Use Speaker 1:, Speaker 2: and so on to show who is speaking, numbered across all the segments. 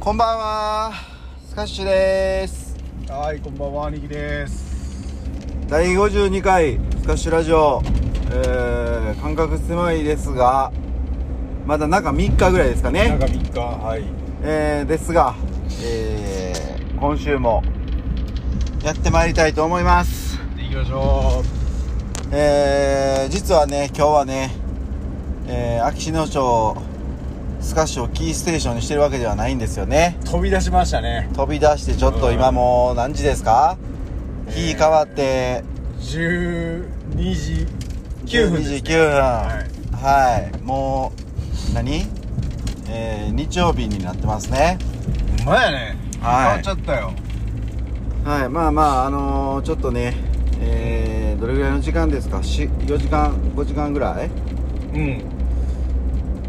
Speaker 1: こんばんはスカッシュです
Speaker 2: はい、こんばんは、にぎです。
Speaker 1: 第52回スカッシュラジオ、えー、間隔狭いですがまだ中3日ぐらいですかね
Speaker 2: 中3日、はい。
Speaker 1: えー、ですが、えー、今週もやってまいりたいと思います
Speaker 2: 行きましょ
Speaker 1: えー、実はね今日はね、えー、秋篠町スカッシュをキーステーションにしてるわけではないんですよね
Speaker 2: う。飛び出しましたね。
Speaker 1: 飛び出してちょっと今もう何時ですか、
Speaker 2: えー
Speaker 1: 日変わって
Speaker 2: 12時9分です、ね。
Speaker 1: 29分はい、もう何えー、日曜日になってますね
Speaker 2: ほんまやね。
Speaker 1: はい
Speaker 2: 変わっちゃったよ。
Speaker 1: はいまあまああのーちょっとねえー、どれぐらいの時間ですかし4時間5時間ぐらい
Speaker 2: うん。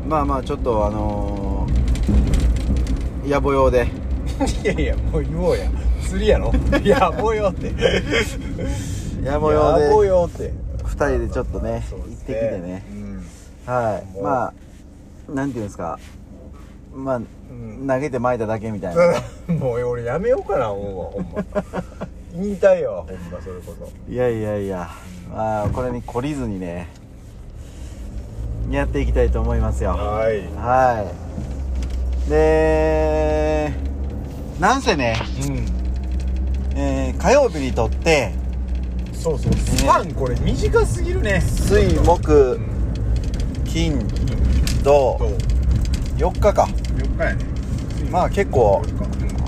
Speaker 1: まあまあちょっとあのー、野暮用で
Speaker 2: いやいや、もう言おうや。釣りや ろいや、もうよって。
Speaker 1: 野暮用で
Speaker 2: やもうよって。
Speaker 1: 2人でちょっとね
Speaker 2: そう
Speaker 1: 行っ
Speaker 2: で
Speaker 1: てき
Speaker 2: す
Speaker 1: てね
Speaker 2: うん。
Speaker 1: はい
Speaker 2: もう
Speaker 1: まあなんていうんですかまあ、
Speaker 2: ん
Speaker 1: 投げて巻いただけみたいなね
Speaker 2: もう俺やめようかな、思うわ、ほんま。引退やわ、ほんま、それこそ。
Speaker 1: いやいやいや、まあ、これに懲りずにねやっていきたいと思いますよは
Speaker 2: はい。
Speaker 1: いでなんせね、
Speaker 2: うん。
Speaker 1: えー火曜日にとって
Speaker 2: そうそう。スパン、これ短すぎるね。
Speaker 1: 水
Speaker 2: う
Speaker 1: 木
Speaker 2: ん。
Speaker 1: 金土
Speaker 2: そう。
Speaker 1: 4日か
Speaker 2: 4日やね
Speaker 1: まあ結構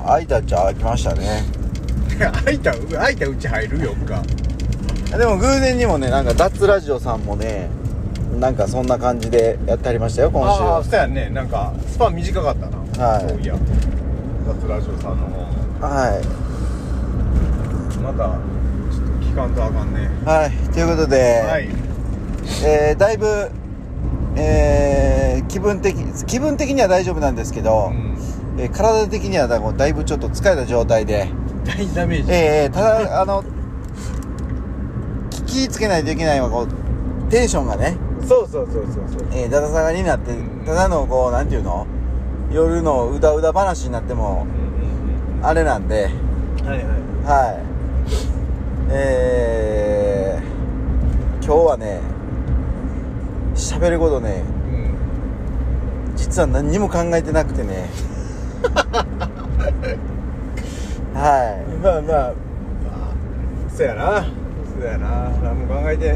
Speaker 1: 空いたっちゃ空きましたね
Speaker 2: 開いた開いたうち入る4日
Speaker 1: でも偶然にもねなんか脱ラジオさんもねなんかそんな感じでやってありましたよ今週
Speaker 2: ああそうやねなんかスパン短かったな
Speaker 1: はい
Speaker 2: そういや脱ラジオさんの方
Speaker 1: はい
Speaker 2: またちょっと聞かんとあかんね
Speaker 1: はいということで、
Speaker 2: はい
Speaker 1: えーだいぶ、えー気分的気分的には大丈夫なんですけど、
Speaker 2: うん
Speaker 1: えー体的にはだだいぶちょっと疲れた状態で、
Speaker 2: 大ダメージ
Speaker 1: えーた だあの気ぃつけないといけないのはこうテンションがね、
Speaker 2: そうそうそうそうそう
Speaker 1: えーだだ下がりになって
Speaker 2: うん
Speaker 1: ただのこうなんていうの夜のうだうだ話になってもあれなんで
Speaker 2: はいは
Speaker 1: はいえー、今日はね喋ることね
Speaker 2: いうん
Speaker 1: 実は何にも考えてなくてねは
Speaker 2: まあまあまあそうやなそうやな何も考えて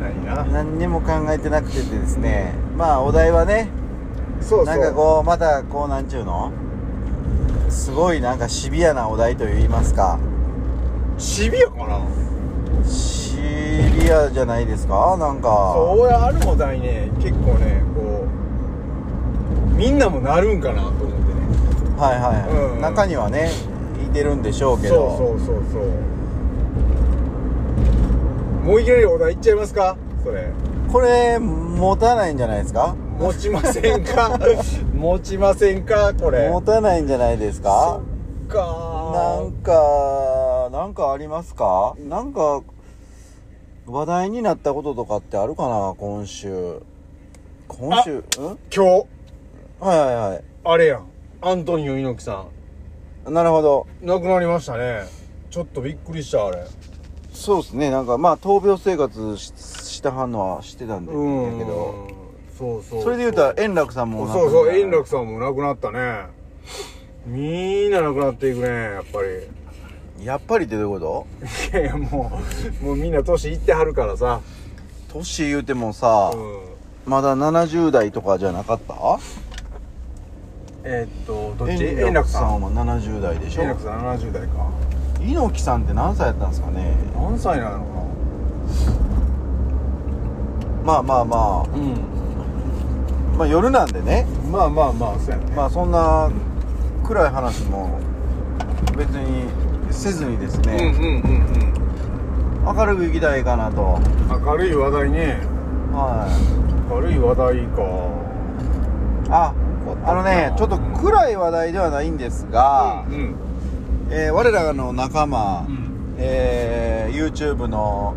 Speaker 2: ないない
Speaker 1: 何にも考えてなくててですねまあお題はね
Speaker 2: そうそう
Speaker 1: なんかこうまたこうなんちゅうのすごいなんかシビアなお題といいますか
Speaker 2: シビアかな
Speaker 1: シビアじゃないですかなんか
Speaker 2: そうやあるも題ね結構ねこうみんなもなるんかなと思ってね
Speaker 1: はいはい、
Speaker 2: うんうん
Speaker 1: 中にはねいてるんでしょうけど
Speaker 2: そうそうそうそうもういきなりお題いっちゃいますかそれ
Speaker 1: これ持たないんじゃないですか
Speaker 2: 持ちませ んか持ちませんかこれ
Speaker 1: 持たないんじゃないですか
Speaker 2: そっか
Speaker 1: なんか、なんかありますかなんか、話題になったこととかってあるかな今週。今週、うん
Speaker 2: 今日
Speaker 1: はいはいは
Speaker 2: あれやんアントニオ猪木さ
Speaker 1: い。なるほど。
Speaker 2: ん亡くなりましたねちょっとびっくりしたあれ
Speaker 1: そうですね。なんか、まあ、闘病生活ししてはんのはしてたんだけ
Speaker 2: うんだ
Speaker 1: ど。
Speaker 2: けどそうそう
Speaker 1: それで言うたら、円楽さんも
Speaker 2: そう
Speaker 1: な
Speaker 2: そうそう円楽
Speaker 1: さ
Speaker 2: さんも亡くなったねみんな亡くなっていくねやっぱり
Speaker 1: ん。やっぱりってどういうこ
Speaker 2: いやいやもうもうみんな年いってはるからさ
Speaker 1: と年言うてもさ、
Speaker 2: うん
Speaker 1: まだ70代とかじゃなかった
Speaker 2: えーっとどっち
Speaker 1: 円
Speaker 2: 円
Speaker 1: 楽
Speaker 2: 楽
Speaker 1: さ
Speaker 2: さ
Speaker 1: ん
Speaker 2: ん
Speaker 1: は70代でしょ
Speaker 2: 円楽さん70代か
Speaker 1: 猪木さんって何歳やったんですかね
Speaker 2: 何歳なの
Speaker 1: まあまあまあ
Speaker 2: かなうん
Speaker 1: まあ夜なんでね
Speaker 2: まあまあまあそうやね
Speaker 1: まあそんな暗い話も別にせずにです
Speaker 2: うんうん
Speaker 1: ね、
Speaker 2: うん
Speaker 1: 明るく行きたいかなと
Speaker 2: うん明るい話題ね
Speaker 1: は
Speaker 2: 明るい話題か
Speaker 1: いああのねちょっと暗い話題ではないんですが
Speaker 2: う、ん
Speaker 1: えー我らの仲間、
Speaker 2: うん
Speaker 1: えー YouTube の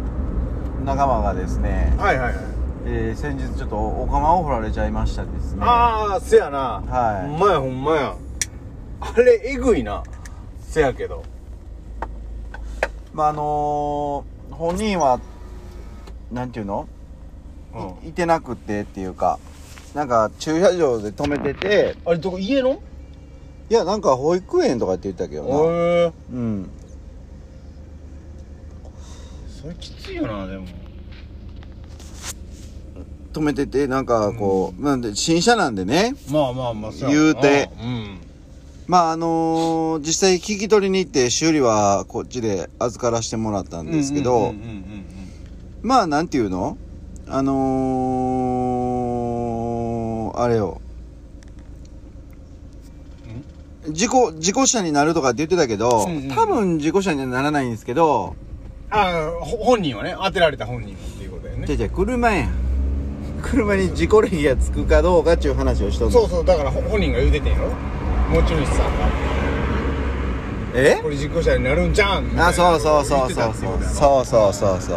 Speaker 1: 仲間がですね、
Speaker 2: はいはいはい
Speaker 1: えー先日ちょっとお釜を掘られちゃいましたですね
Speaker 2: ああせやな
Speaker 1: はい
Speaker 2: ほんまやほんまやあれえぐいなせやけど
Speaker 1: まああのー本人はなんていうの、
Speaker 2: うん
Speaker 1: いいてなくてっていうかなんか駐車場で止めてて
Speaker 2: あれどこ家の
Speaker 1: いやなんか保育園とかって言ってたけどな
Speaker 2: え
Speaker 1: うん
Speaker 2: それきついよなでも
Speaker 1: 止めててなんかこう、なんで新車なんでね
Speaker 2: まあまあまあそや
Speaker 1: 言うて
Speaker 2: うん
Speaker 1: まああのー実際聞き取りに行って修理はこっちで預からしてもらったんですけど、
Speaker 2: うんうんうんうん
Speaker 1: まあなんていうのあのー、あれよ事故事故車になるとかって言ってたけど、
Speaker 2: うんうん
Speaker 1: 多分事故車にはならないんですけど
Speaker 2: ああほ本人はね当てられた本人はっていうことだよ
Speaker 1: じ
Speaker 2: ね
Speaker 1: ゃじゃ車やん 車に事故歴がつくかどうかっていう話をしとんの
Speaker 2: そうそうだからほ本人が言うててんやろ持ち主さんが
Speaker 1: え
Speaker 2: これ事故車になるんじゃんみたいな
Speaker 1: あそうそうそうそう
Speaker 2: 言ってたってい
Speaker 1: そう
Speaker 2: ことやろ
Speaker 1: そうそうそうそう
Speaker 2: そ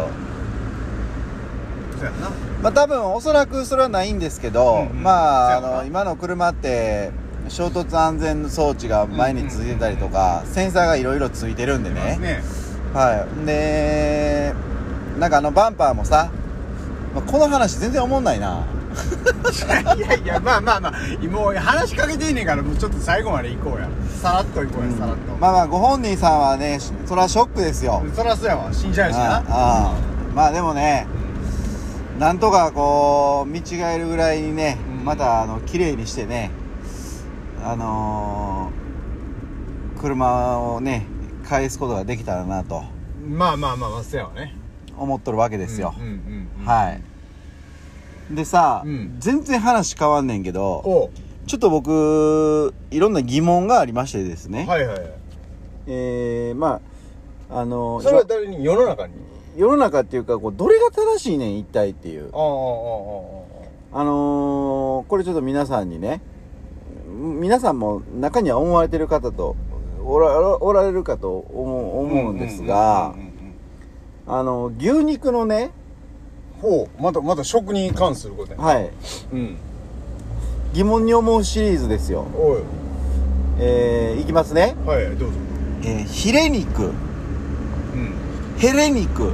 Speaker 2: うやな
Speaker 1: まあ多分おそらくそれはないんですけど、
Speaker 2: うんうん
Speaker 1: まああ
Speaker 2: そうやな
Speaker 1: の今の車って衝突安全装置が前についてたりとか、センサーがいろいろついてるんでね
Speaker 2: ね
Speaker 1: はいでなんかあのバンパーもさ、まあこの話全然おもんないない
Speaker 2: やいやまあまあまあもう話しかけてんねんからもうちょっと最後まで行こうやさらっと行こうや、さらっと、
Speaker 1: まあまあご本人さんはねしそれはショックですよ
Speaker 2: そらそうやわ死んじゃうし
Speaker 1: あ
Speaker 2: な
Speaker 1: あまあでもねなんとかこう見違えるぐらいにね、
Speaker 2: うん
Speaker 1: またあの綺麗にしてねあのー車をね返すことができたらなと
Speaker 2: まあまあまあまあそうやわね
Speaker 1: 思っとるわけですよ
Speaker 2: うん、うんうん、い
Speaker 1: はいでさ、
Speaker 2: うん
Speaker 1: 全然話変わんねんけど
Speaker 2: お
Speaker 1: ちょっと僕いろんな疑問がありましてですね、
Speaker 2: はいはいはい
Speaker 1: えー、まああの
Speaker 2: それは誰に世の中に
Speaker 1: 世の中っていうかこうどれが正しいねん一体っていう
Speaker 2: ああああああああ
Speaker 1: あのーこれちょっと皆さんにね、ん皆さんも中には思われてる方と、おらおられるかと思う思うんですが
Speaker 2: うんう、んうんうん
Speaker 1: あの、牛肉のね、
Speaker 2: ほうまたまた食に関することや
Speaker 1: はい、
Speaker 2: うん
Speaker 1: 疑問に思うシリーズですよ。
Speaker 2: おい
Speaker 1: えー、いきますね。
Speaker 2: はいどうぞ
Speaker 1: えーヒレ肉、
Speaker 2: うん
Speaker 1: ヘレ肉、フ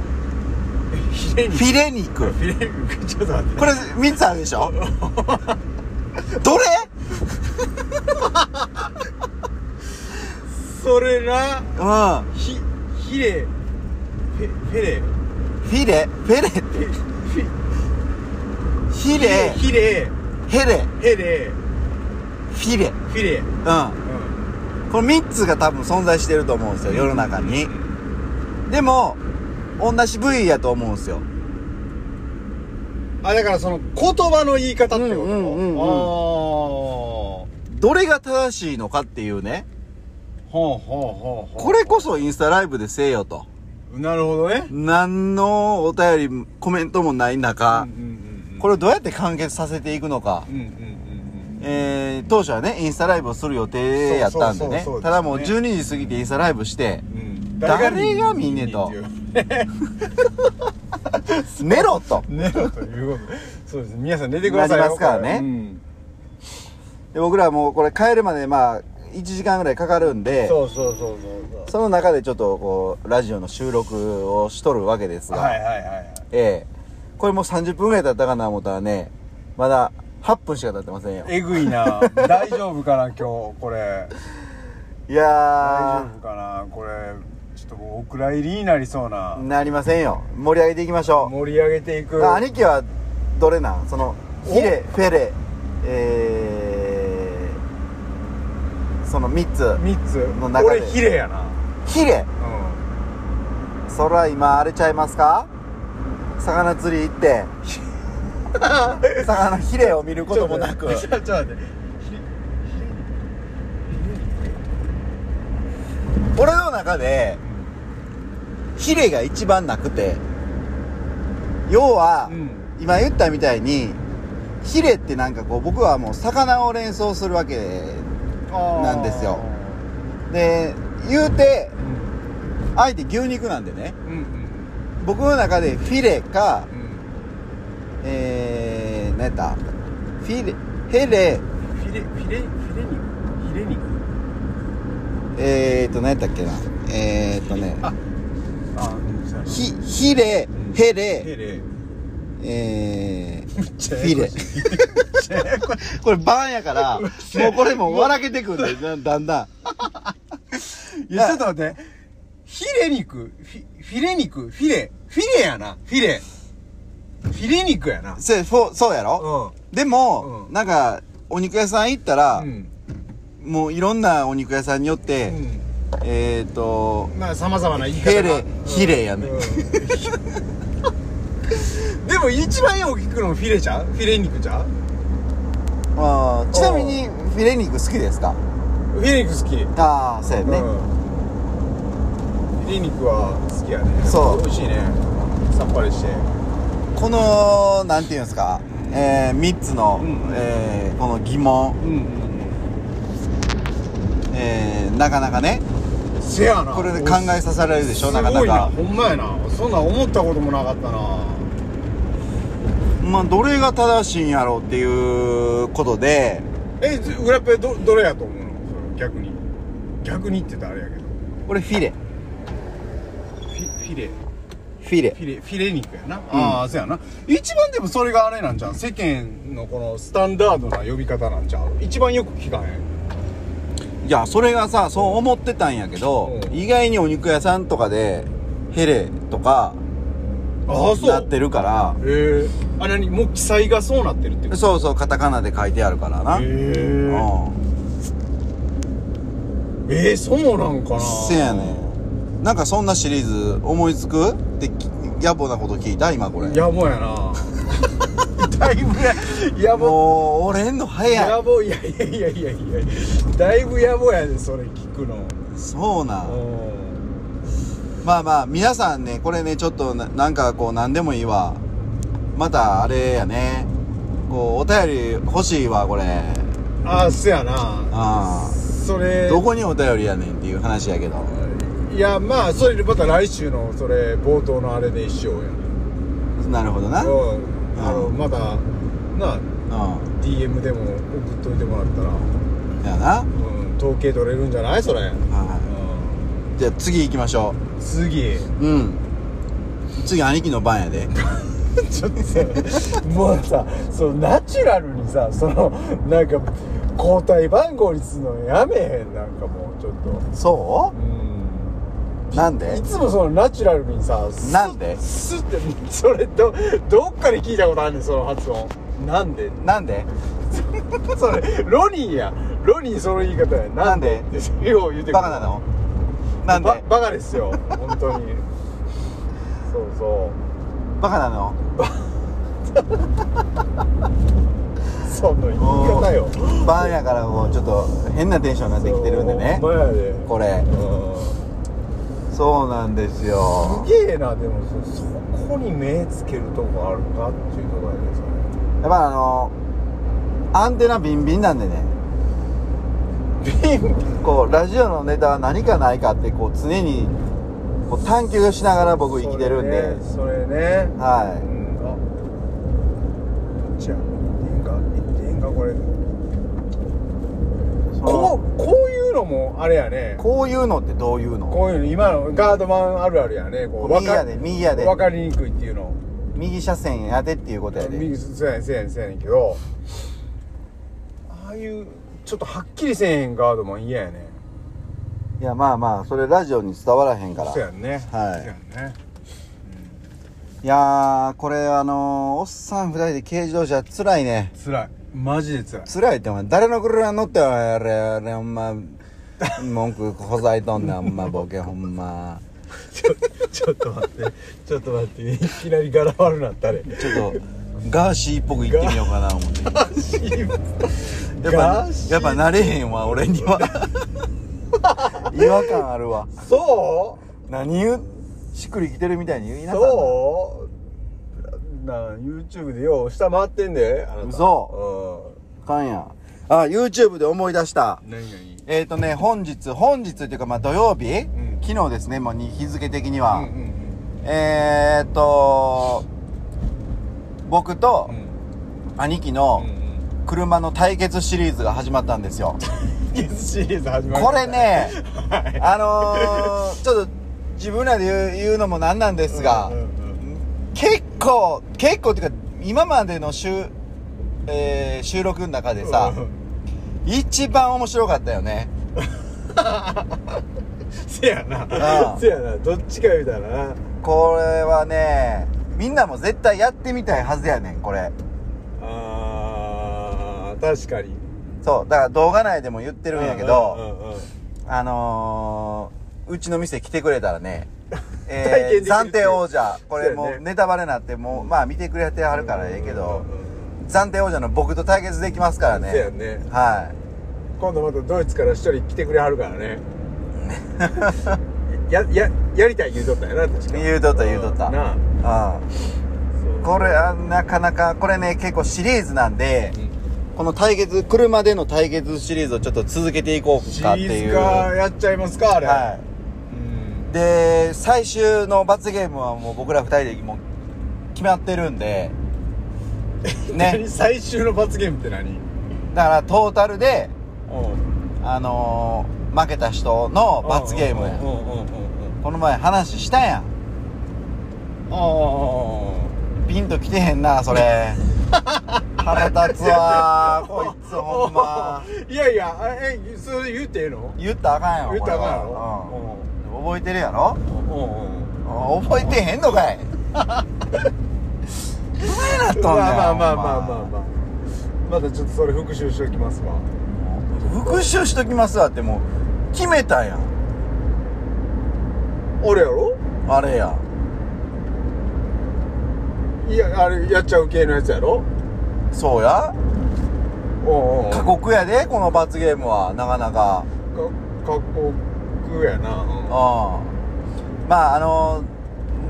Speaker 2: ヒレ肉
Speaker 1: ィレ肉。
Speaker 2: フィレ肉ちょっと待って
Speaker 1: これ3つあるでし ょどれ
Speaker 2: それな
Speaker 1: うん。
Speaker 2: ヒヒレフェフェレ
Speaker 1: フィレ、フェレって、
Speaker 2: フェフェ
Speaker 1: ヒレ、
Speaker 2: ヒレ
Speaker 1: ヘレ、
Speaker 2: ヘレ
Speaker 1: フィレ。
Speaker 2: フィレ
Speaker 1: うん。この3つが多分存在してると思うんですよ世の中にでも同じ部位やと思うんですよ
Speaker 2: あだからその言葉の言い方って
Speaker 1: うんう
Speaker 2: こと、
Speaker 1: んうんうん
Speaker 2: ああ
Speaker 1: どれが正しいのかっていうね
Speaker 2: ほうほうほうほう
Speaker 1: これこそインスタライブでせえよと
Speaker 2: なるほどね
Speaker 1: 何のお便りコメントもない中
Speaker 2: うんうんうん
Speaker 1: これをどうやって完結させていくのか
Speaker 2: うんうんうん
Speaker 1: えー、当初はねインスタライブをする予定やったんでね
Speaker 2: そうそうそうそうですね
Speaker 1: ただもう12時過ぎてインスタライブして
Speaker 2: うんうん
Speaker 1: 誰が見んねんと寝ろと
Speaker 2: 寝ろということでそうです皆さん寝てください
Speaker 1: な
Speaker 2: よ
Speaker 1: りますからね
Speaker 2: うん
Speaker 1: で僕らはもうこれ帰るまでまあ1時間ぐらいかかるんで
Speaker 2: そうそうそうそうそ
Speaker 1: その中でちょっとこうラジオの収録をしとるわけです
Speaker 2: う
Speaker 1: が、
Speaker 2: はいはいはいはい
Speaker 1: ええこれもう30分ぐらい経ったかな思ったらねまだ8分しか経ってませんよ
Speaker 2: えぐい な大丈夫かな今日これ
Speaker 1: い
Speaker 2: 大
Speaker 1: や
Speaker 2: 丈夫かなこれちょっともうお蔵入りになりそうな
Speaker 1: ーなりませんよ盛り上げていきましょ
Speaker 2: 盛り上げていうく
Speaker 1: あ兄貴はどれなんその
Speaker 2: お
Speaker 1: ヒレフェレえー、その3つ
Speaker 2: 3つ
Speaker 1: の中で
Speaker 2: 俺ヒレやな
Speaker 1: ヒレ
Speaker 2: う
Speaker 1: そら今荒れちゃいますか魚釣り行 って魚ヒレを見る
Speaker 2: ん
Speaker 1: こともなく
Speaker 2: ちょっと待って
Speaker 1: 俺の中でヒレが一番なくて要は、
Speaker 2: うん
Speaker 1: 今言ったみたいにヒレってなんかこう僕はもう魚を連想するわけなんですよで言うて
Speaker 2: うん
Speaker 1: あえて牛肉なんでね
Speaker 2: うん
Speaker 1: 僕の中でフィレか
Speaker 2: うんうん
Speaker 1: えー、何やったフィレヘレ
Speaker 2: フィレフィレフィレ肉フィレ肉
Speaker 1: えーっと何やったっけなえーっと ね
Speaker 2: ああでもそうやな
Speaker 1: ひひれへ
Speaker 2: ヘ
Speaker 1: れ
Speaker 2: レ
Speaker 1: えー
Speaker 2: フ
Speaker 1: フィレこれ番やからもうこれもう笑けてくるんだよだんだん
Speaker 2: いやちょっと待ってヒレ肉フィフィレ肉フィレフィレやなフィレフィレ肉やな
Speaker 1: そうそうそうやろ
Speaker 2: う
Speaker 1: でも、
Speaker 2: うん
Speaker 1: なんかお肉屋さん行ったら、
Speaker 2: ん
Speaker 1: もういろんなお肉屋さんによって、えーっと
Speaker 2: まあさまざまな言い方
Speaker 1: ヘ
Speaker 2: が
Speaker 1: レヒレやねん、
Speaker 2: うん でも一番よく聞くのフィレちゃうフィレ肉ちゃう
Speaker 1: あーちなみにフィレ肉好きですか
Speaker 2: フィレ肉好き
Speaker 1: ああそうやね、
Speaker 2: うんフィレ肉は好きやね
Speaker 1: そう
Speaker 2: 美味しいねさっぱりして
Speaker 1: このなんていうんですか、えー、3つの、
Speaker 2: うん
Speaker 1: えーこの疑問、
Speaker 2: うん
Speaker 1: えー、なかなかね
Speaker 2: せやな
Speaker 1: これで考えさせられるでしょなか
Speaker 2: す
Speaker 1: な
Speaker 2: ごいな
Speaker 1: か
Speaker 2: ほんまやなそんなん思ったこともなかったな
Speaker 1: まあどれが正しいんやろうっていうことで
Speaker 2: えず裏ペどどれやと思うのそれ逆に逆にって言ったらあれやけど
Speaker 1: 俺フィレ
Speaker 2: フィフィレ
Speaker 1: フィレ
Speaker 2: フィレフィレ肉やな、ああそうやな一番でもそれがあれなんじゃん世間のこのスタンダードな呼び方なんじゃん一番よく聞かへん
Speaker 1: いやそれがさそう思ってたんやけど、
Speaker 2: うん
Speaker 1: 意外にお肉屋さんとかでヘレとか
Speaker 2: ああそう
Speaker 1: なってるから
Speaker 2: ええあれにもう記載がそうなってるってこと
Speaker 1: そうそうカタカナで書いてあるからな、
Speaker 2: え
Speaker 1: う
Speaker 2: ー、
Speaker 1: ん
Speaker 2: えー、そうなんかな
Speaker 1: せやねんなんかそんなシリーズ思いつくってき野暮なこと聞いた今これ
Speaker 2: 野暮 やなだいぶや野暮
Speaker 1: もう折れんの早
Speaker 2: 野
Speaker 1: い
Speaker 2: 暮いやいやいやいやいやだいぶ野暮やでそれ聞くの
Speaker 1: そうなん
Speaker 2: うん
Speaker 1: まあまあ皆さんねこれねちょっとななんかこう何でもいいわまたあれやねこうお便り欲しいわこれ
Speaker 2: ああせやな
Speaker 1: あ
Speaker 2: それ
Speaker 1: どこにお便りやねんっていう話やけど
Speaker 2: いやまあそれでまた来週のそれ冒頭のあれで一緒や
Speaker 1: なるほどなうん
Speaker 2: うんあの
Speaker 1: うん
Speaker 2: まだな DM でも送っといてもらったら、
Speaker 1: やな
Speaker 2: うん、統計取れるんじゃないそれ、うん、
Speaker 1: はじゃあ次行きましょ
Speaker 2: 次
Speaker 1: ううん次兄貴の番やで
Speaker 2: ちょっとさもうさそのナチュラルにさそのなんか交代番号にするのやめへんなんかもうちょっと
Speaker 1: そ
Speaker 2: うん
Speaker 1: うなんで
Speaker 2: いつもそのナチュラルにさスッ
Speaker 1: なんで
Speaker 2: スッてそれどどっかで聞いたことあるねんその発音なんで
Speaker 1: なんで
Speaker 2: それロニーやロニーその言い方やなんで
Speaker 1: なん
Speaker 2: ってよう言うてくる
Speaker 1: バカなのなんで
Speaker 2: ババカですよ本当にそうそ
Speaker 1: バカなの
Speaker 2: うその言い方よ
Speaker 1: バーやからもうちょっと変なテンションになってきてるんでね
Speaker 2: そうほんまやで
Speaker 1: これ
Speaker 2: う
Speaker 1: そうなんですよ
Speaker 2: んすげえなでもそそこに目つけるとこあるかっていうところやでそれ
Speaker 1: やっぱあのアンテナビンビンなんでねこうラジオのネタは何かないかってこう常にこう探求しながら僕生きてるんで、
Speaker 2: それねそれねう
Speaker 1: は
Speaker 2: んあどっちやいいんかいっていいんかこれ
Speaker 1: いその
Speaker 2: こうこういうのもあれやね
Speaker 1: こういうのってどういうの
Speaker 2: こういうの今のガードマンあるあるやねこう
Speaker 1: 右や
Speaker 2: わ
Speaker 1: で
Speaker 2: か
Speaker 1: 右やで
Speaker 2: わかりにくいっていうの
Speaker 1: 右車線やでっていうことやで
Speaker 2: 右そうやねんそうやねんそうやねんけどああいうちょっとはっきりせえへんガードマン嫌やね
Speaker 1: いやまあまあそれラジオに伝わらへんから
Speaker 2: そうやんね
Speaker 1: はい
Speaker 2: そうやんね
Speaker 1: いやーこれあのー、おっさん二人で軽自動車つらいね
Speaker 2: つらいマジでつらい
Speaker 1: つらいってお前誰の車に乗ってお前あれあれほんま文句こざいとん ねんほんまボケほんま
Speaker 2: ちょ ちょっと待ってちょっと待っていきなり柄悪な ったれ
Speaker 1: ちょっとガーシーっぽく言ってみようかな思ってやっ
Speaker 2: ガ
Speaker 1: ぱ
Speaker 2: ーシー
Speaker 1: やっぱ慣れへんわ俺には違和感あるわ
Speaker 2: そう
Speaker 1: 何言うしっくりきてるみたいに言いなさいな
Speaker 2: そうなあ YouTube でよう下回ってんであなた
Speaker 1: 嘘あかんやあ YouTube で思い出した
Speaker 2: うん何何
Speaker 1: えっ、ー、とね本日本日っていうかまあ土曜日、
Speaker 2: ん
Speaker 1: 昨日ですねもう日付的には、
Speaker 2: うんうん
Speaker 1: えーっと、僕と
Speaker 2: うん
Speaker 1: 兄貴
Speaker 2: う
Speaker 1: の
Speaker 2: んうん
Speaker 1: 車の対決シリーズが始まったんですよ。
Speaker 2: キスシリーズ始まりま
Speaker 1: こ
Speaker 2: した
Speaker 1: れね、
Speaker 2: はい
Speaker 1: あのー、ちょっと自分らで言う言うのもなんなんですが、
Speaker 2: うんうん
Speaker 1: 結構結構っていうか今までの収,、えー収録の中で
Speaker 2: うん
Speaker 1: さ、
Speaker 2: うん
Speaker 1: 一番面白かったよね
Speaker 2: せや
Speaker 1: あ
Speaker 2: な
Speaker 1: あ
Speaker 2: せやなどっちか言うたらな
Speaker 1: これはねみんなも絶対やってみたいはずやねんこれ
Speaker 2: あー確かに
Speaker 1: そうだから動画内でも言ってるんやけど、
Speaker 2: うんうんうん
Speaker 1: あのー、うちの店来てくれたら ね、
Speaker 2: 体験
Speaker 1: え
Speaker 2: で
Speaker 1: ー、
Speaker 2: きるって
Speaker 1: 暫定王者、これ
Speaker 2: そうや
Speaker 1: も
Speaker 2: ね
Speaker 1: うネタバレになって、もう、まあ見てくれてはるからええけど
Speaker 2: うん、うんうん
Speaker 1: 暫定王者の僕と対決できますから
Speaker 2: せ
Speaker 1: ね。
Speaker 2: やね
Speaker 1: は
Speaker 2: 今度またドイツから一人来てくれはるからねやややりたい言うとったよな確か
Speaker 1: 言うとった言うとった
Speaker 2: なあ
Speaker 1: い。うん。これはなかなか、これね、結構シリーズなんで、この対決、車での対決シリーズをちょっと続けていこう
Speaker 2: シ
Speaker 1: かって
Speaker 2: リー
Speaker 1: いう。
Speaker 2: ズ化やっちゃいますかあれ、
Speaker 1: はい
Speaker 2: うん
Speaker 1: い。で、最終の罰ゲームはもう僕ら二人でもう決まってるんで、ね
Speaker 2: 何。最終の罰ゲームって何
Speaker 1: だからトータルで、
Speaker 2: うん
Speaker 1: あのー、負けた人の罰ゲーム
Speaker 2: う
Speaker 1: や
Speaker 2: んうんうんうん
Speaker 1: この前話したやん
Speaker 2: ああ
Speaker 1: ピンときてへんなそ れ腹立つわこいつほんま
Speaker 2: いやいやあえそれ言うてええの
Speaker 1: 言ったらあかんやろ
Speaker 2: 言ったらあかんや
Speaker 1: これはう
Speaker 2: ろ
Speaker 1: ん覚えてるやろ
Speaker 2: うんうんうん
Speaker 1: あ覚えてへんのかい何やなっとんねん
Speaker 2: まあまあまあまあ
Speaker 1: ほん
Speaker 2: まあまあまだちょっとそれ復習しておきますわ
Speaker 1: 復習しときますわってもう決めたやん
Speaker 2: 俺やろ
Speaker 1: あれや
Speaker 2: いやあれやっちゃう系のやつやろ
Speaker 1: そうや
Speaker 2: おうおう
Speaker 1: 過酷やでこの罰ゲームはなかなか
Speaker 2: か過酷やなあ
Speaker 1: うんまああの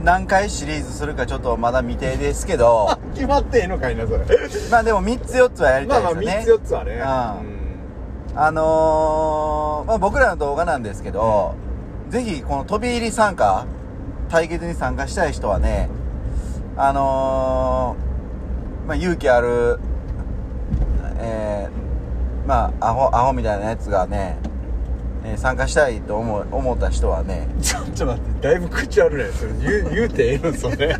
Speaker 1: 何回シリーズするかちょっとまだ未定ですけ ど
Speaker 2: 決まってええのかいなそれ
Speaker 1: まあでも3つ4つはやり
Speaker 2: ま
Speaker 1: た
Speaker 2: あ
Speaker 1: い
Speaker 2: ま
Speaker 1: です
Speaker 2: あ
Speaker 1: よね、
Speaker 2: 3つ4つはね
Speaker 1: うんあのーまあ、僕らの動画なんですけど、ぜひこの飛び入り参加対決に参加したい人はねあのーまあ、勇気あるえーまあアホアホみたいなやつがね、えー参加したいと思う思った人はね
Speaker 2: ちょっと待ってだいぶ口悪いねそれ言う言 うてええのそ れ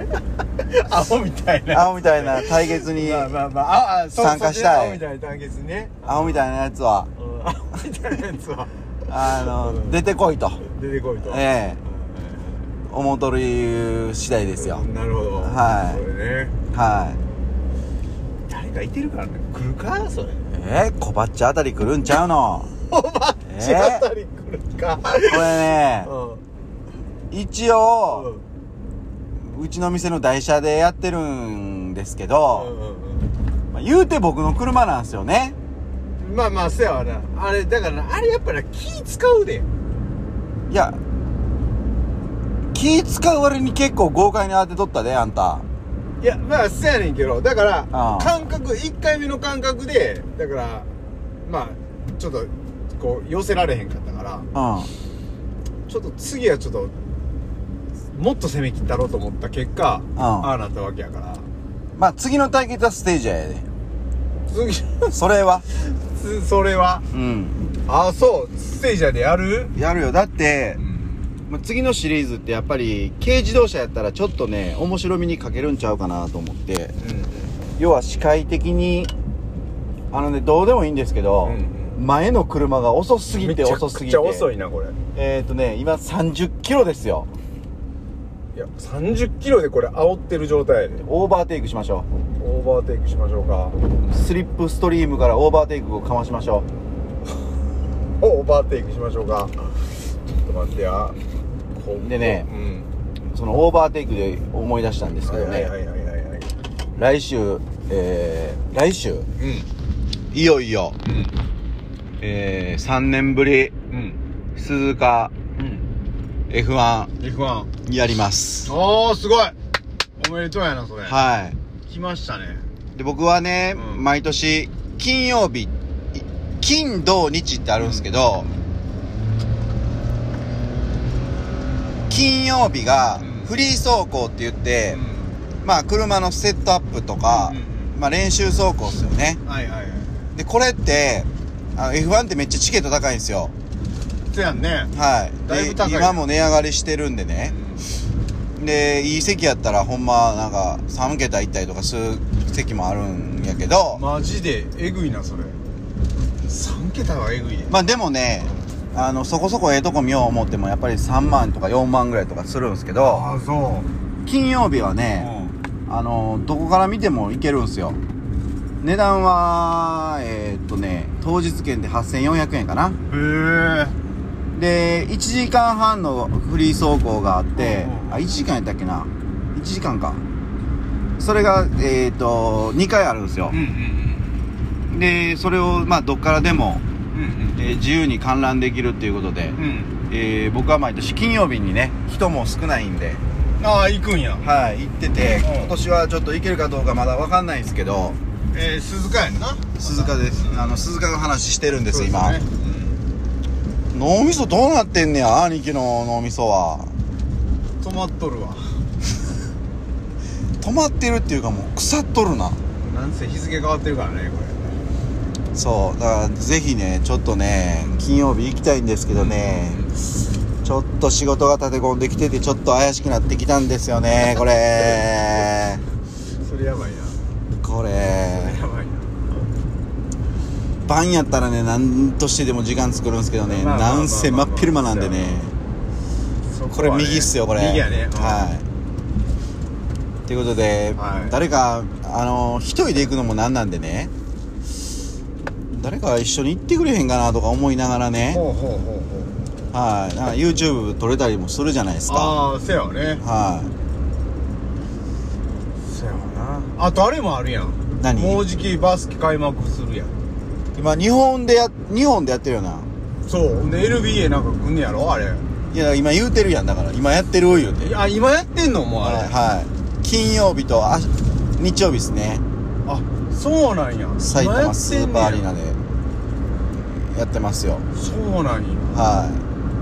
Speaker 2: アホみたいな
Speaker 1: アホみたいな対決に
Speaker 2: まあまあまあああそう
Speaker 1: 参加したい
Speaker 2: アホみたいな単決ね
Speaker 1: アホみたいなやつは、
Speaker 2: うんアホみたいなやつは
Speaker 1: あ
Speaker 2: う
Speaker 1: の、
Speaker 2: ん
Speaker 1: 出てこいと、
Speaker 2: 出てこいと
Speaker 1: ええ
Speaker 2: うん
Speaker 1: 思うとる次第ですよ。
Speaker 2: なるほど
Speaker 1: はい
Speaker 2: それね
Speaker 1: はい。
Speaker 2: 誰かいてるからね来るかそれ
Speaker 1: えー、コバッチあたり来るんちゃうの
Speaker 2: おばっちあたり来るか、
Speaker 1: これね、一
Speaker 2: うんう
Speaker 1: 応、
Speaker 2: ん
Speaker 1: うちの店の台車でやってるんですけ
Speaker 2: う
Speaker 1: ど、
Speaker 2: んうん
Speaker 1: まあ、言うて僕の車なんですよね。
Speaker 2: うんまあまあせやわなあれだからなあれやっぱな気使うで
Speaker 1: いや、気使う割に結構豪快に当てとったで、あんた。
Speaker 2: いやまあせやねんけどだから
Speaker 1: ああ
Speaker 2: 感覚1回目の感覚でだからまあちょっとこう寄せられへんかったから
Speaker 1: うん。
Speaker 2: ちょっと次はちょっともっと攻め切ったろうと思った結果、ああなったわけやから
Speaker 1: まあ、次の対決はステージやで。
Speaker 2: 次
Speaker 1: それは。
Speaker 2: つそれは
Speaker 1: うん。
Speaker 2: ああそうステージャーでやる
Speaker 1: やるよ。だって、
Speaker 2: うん
Speaker 1: まあ、次のシリーズってやっぱり軽自動車やったらちょっとね面白みに欠けるんちゃうかなと思って要は視界的にあのねどうでもいいんですけど、
Speaker 2: うん
Speaker 1: 前の車が遅すぎ
Speaker 2: め
Speaker 1: て
Speaker 2: ちゃ
Speaker 1: 遅
Speaker 2: く
Speaker 1: すぎ
Speaker 2: ち
Speaker 1: て
Speaker 2: ゃ遅いなこれい
Speaker 1: えっ、とね今30キロですよ
Speaker 2: や30キロでこれ煽ってる状態やで
Speaker 1: オーバーテイクしましょ
Speaker 2: オーバーテイクしましょうか
Speaker 1: うスリップストリームからオーバーテイクをかましましょ
Speaker 2: オーバーテイクしましょうかちょっと待ってやこ
Speaker 1: でね
Speaker 2: うん
Speaker 1: うそのオーバーテイクで思い出したんですけ
Speaker 2: はい
Speaker 1: どね、
Speaker 2: はいはいはいはいはい
Speaker 1: 来週えー、来週いよいよ
Speaker 2: うん
Speaker 1: えー、3年ぶり
Speaker 2: うん
Speaker 1: 鈴鹿
Speaker 2: うん
Speaker 1: F1
Speaker 2: F1 あ
Speaker 1: やります
Speaker 2: あすごいおめでとうやなそれ
Speaker 1: は
Speaker 2: 来ましたね
Speaker 1: い。で、僕はね、
Speaker 2: うん
Speaker 1: 毎年、金曜日、い金、土、日ってあるんですけど、金曜日が
Speaker 2: うん
Speaker 1: フリー走行って言って、まあ、車のセットアップとか
Speaker 2: あ、うん
Speaker 1: まあ、練習走行ですよね。
Speaker 2: はいはいはい
Speaker 1: で、これって、あ F1 ってめっちゃチケット高いんですよ
Speaker 2: そやんね
Speaker 1: はい
Speaker 2: だい
Speaker 1: で
Speaker 2: ぶ高い
Speaker 1: 今も値上がりしてるんでねでいい席やったらほんまなんか3桁行ったりとかする席もあるんやけどま
Speaker 2: マジでえぐいなそれ3桁はえぐいで
Speaker 1: あでもねあのそこそこええとこ見よう思ってもやっぱり3万とか4万ぐらいとかするんですけど
Speaker 2: あそ
Speaker 1: 金曜日は
Speaker 2: う
Speaker 1: ねあのどこから見ても行けるんですよ値段はえーっとね当日券で8400円かな
Speaker 2: うんへえ
Speaker 1: で1時間半のフリー走行があって
Speaker 2: うんうん
Speaker 1: あ1時間やったっけな1時間かそれがえーっと2回あるんですよ
Speaker 2: うんうん
Speaker 1: でそれをまあどっからでも、
Speaker 2: うん
Speaker 1: えー自由に観覧できるっていうことで
Speaker 2: うんう、ん
Speaker 1: えー僕は毎年金曜日にね人も少ないんで
Speaker 2: ああ行くんや
Speaker 1: はい行ってて
Speaker 2: うん
Speaker 1: 今年はちょっと行けるかどうかまだ分かんないんですけど
Speaker 2: えー、鈴鹿やんな
Speaker 1: 鈴鹿ですあの鈴鹿の話してるんです
Speaker 2: そう
Speaker 1: 今
Speaker 2: ね
Speaker 1: 脳みそどうなってんねや兄貴の脳みそは
Speaker 2: うん止まっとるわ
Speaker 1: 止まってるっていうかもう腐っとるな
Speaker 2: なんせ日付変わってるからねこ
Speaker 1: そうだからぜひねちょっとね金曜日行きたいんですけどねちょっと仕事が立て込んできててちょっと怪しくなってきたんですよ ねこれ
Speaker 2: れそれやばいな
Speaker 1: これ
Speaker 2: やばいな
Speaker 1: 晩やったらね何としてでも時間作るんですけどね
Speaker 2: まあまあまあ
Speaker 1: なんせ真っ昼間なんでね
Speaker 2: そ
Speaker 1: こ
Speaker 2: は
Speaker 1: れ
Speaker 2: ね
Speaker 1: 右っすよこれ
Speaker 2: 右やね
Speaker 1: はいということで、
Speaker 2: はい
Speaker 1: 誰かあの一人で行くのもなんなんでね誰か一緒に行ってくれへんかなとか思いながらね
Speaker 2: ほうほうほうほう
Speaker 1: はいなんか YouTube 撮れたりもするじゃないですか
Speaker 2: ああせやわね
Speaker 1: はい
Speaker 2: せやわなあとあれもあるやん
Speaker 1: 何
Speaker 2: もうじきバスケ開幕するやん
Speaker 1: 今日本でや日本でやってるよな
Speaker 2: そうで NBA なんか来んねやろあれ
Speaker 1: いや今言うてるやんだから今やってる言うて
Speaker 2: いや今やってんのもうあれ、
Speaker 1: はい、はい、金曜日とあ日曜日ですね
Speaker 2: あそうなんや
Speaker 1: 埼
Speaker 2: 今や
Speaker 1: 玉
Speaker 2: っ
Speaker 1: ス
Speaker 2: て
Speaker 1: ー
Speaker 2: んね
Speaker 1: パー
Speaker 2: や
Speaker 1: アリーナでやってますよ
Speaker 2: そうなんや
Speaker 1: は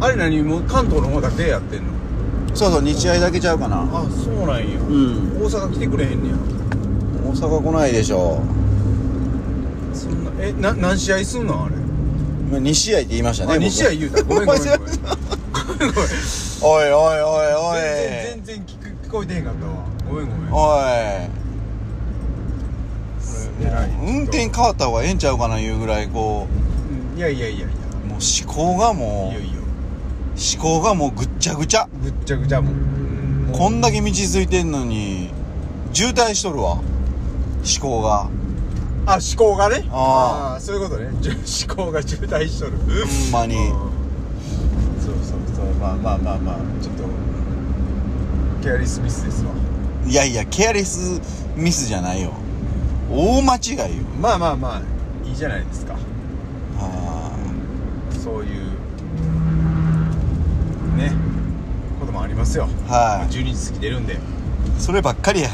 Speaker 2: あれ何もう関東の方だけやってんの
Speaker 1: いそうそう日大だけちゃうかな
Speaker 2: あそうなんや
Speaker 1: うん
Speaker 2: 大阪来てくれへんねや
Speaker 1: 大阪来ないでしょ
Speaker 2: そんなえな何試合すんのあれ
Speaker 1: 今2試合って言いましたね
Speaker 2: あ
Speaker 1: 僕
Speaker 2: 2試合言うたごめんごめ んごめんごめんごめん
Speaker 1: おいおいおいおい
Speaker 2: 全然全然聞く聞こえてへんかったわごめんごめん
Speaker 1: お
Speaker 2: 偉い
Speaker 1: い運転変わった方がええんちゃうかないうぐらいこ
Speaker 2: うんいやいやいやいう
Speaker 1: もう思考が
Speaker 2: や
Speaker 1: も
Speaker 2: いよ
Speaker 1: う
Speaker 2: いよ
Speaker 1: 思考がもうぐっちゃぐちゃ
Speaker 2: ぐっちゃぐちゃもんも
Speaker 1: こんだけ道づいてんのに渋滞しとるわ思考が
Speaker 2: うあ思考がね
Speaker 1: あ
Speaker 2: あーそういうことね じゅ思考が渋滞しとるほ
Speaker 1: んまに
Speaker 2: そうそうそうまあまあまあまあちょっとケアリー・スミスですわ
Speaker 1: いやいやケアレスミスじゃないよ大間違いよ
Speaker 2: まあまあまあいいじゃないですか
Speaker 1: あ
Speaker 2: そういうねこともありますよ
Speaker 1: ーはい
Speaker 2: 12時過ぎてるんで
Speaker 1: そればっか りや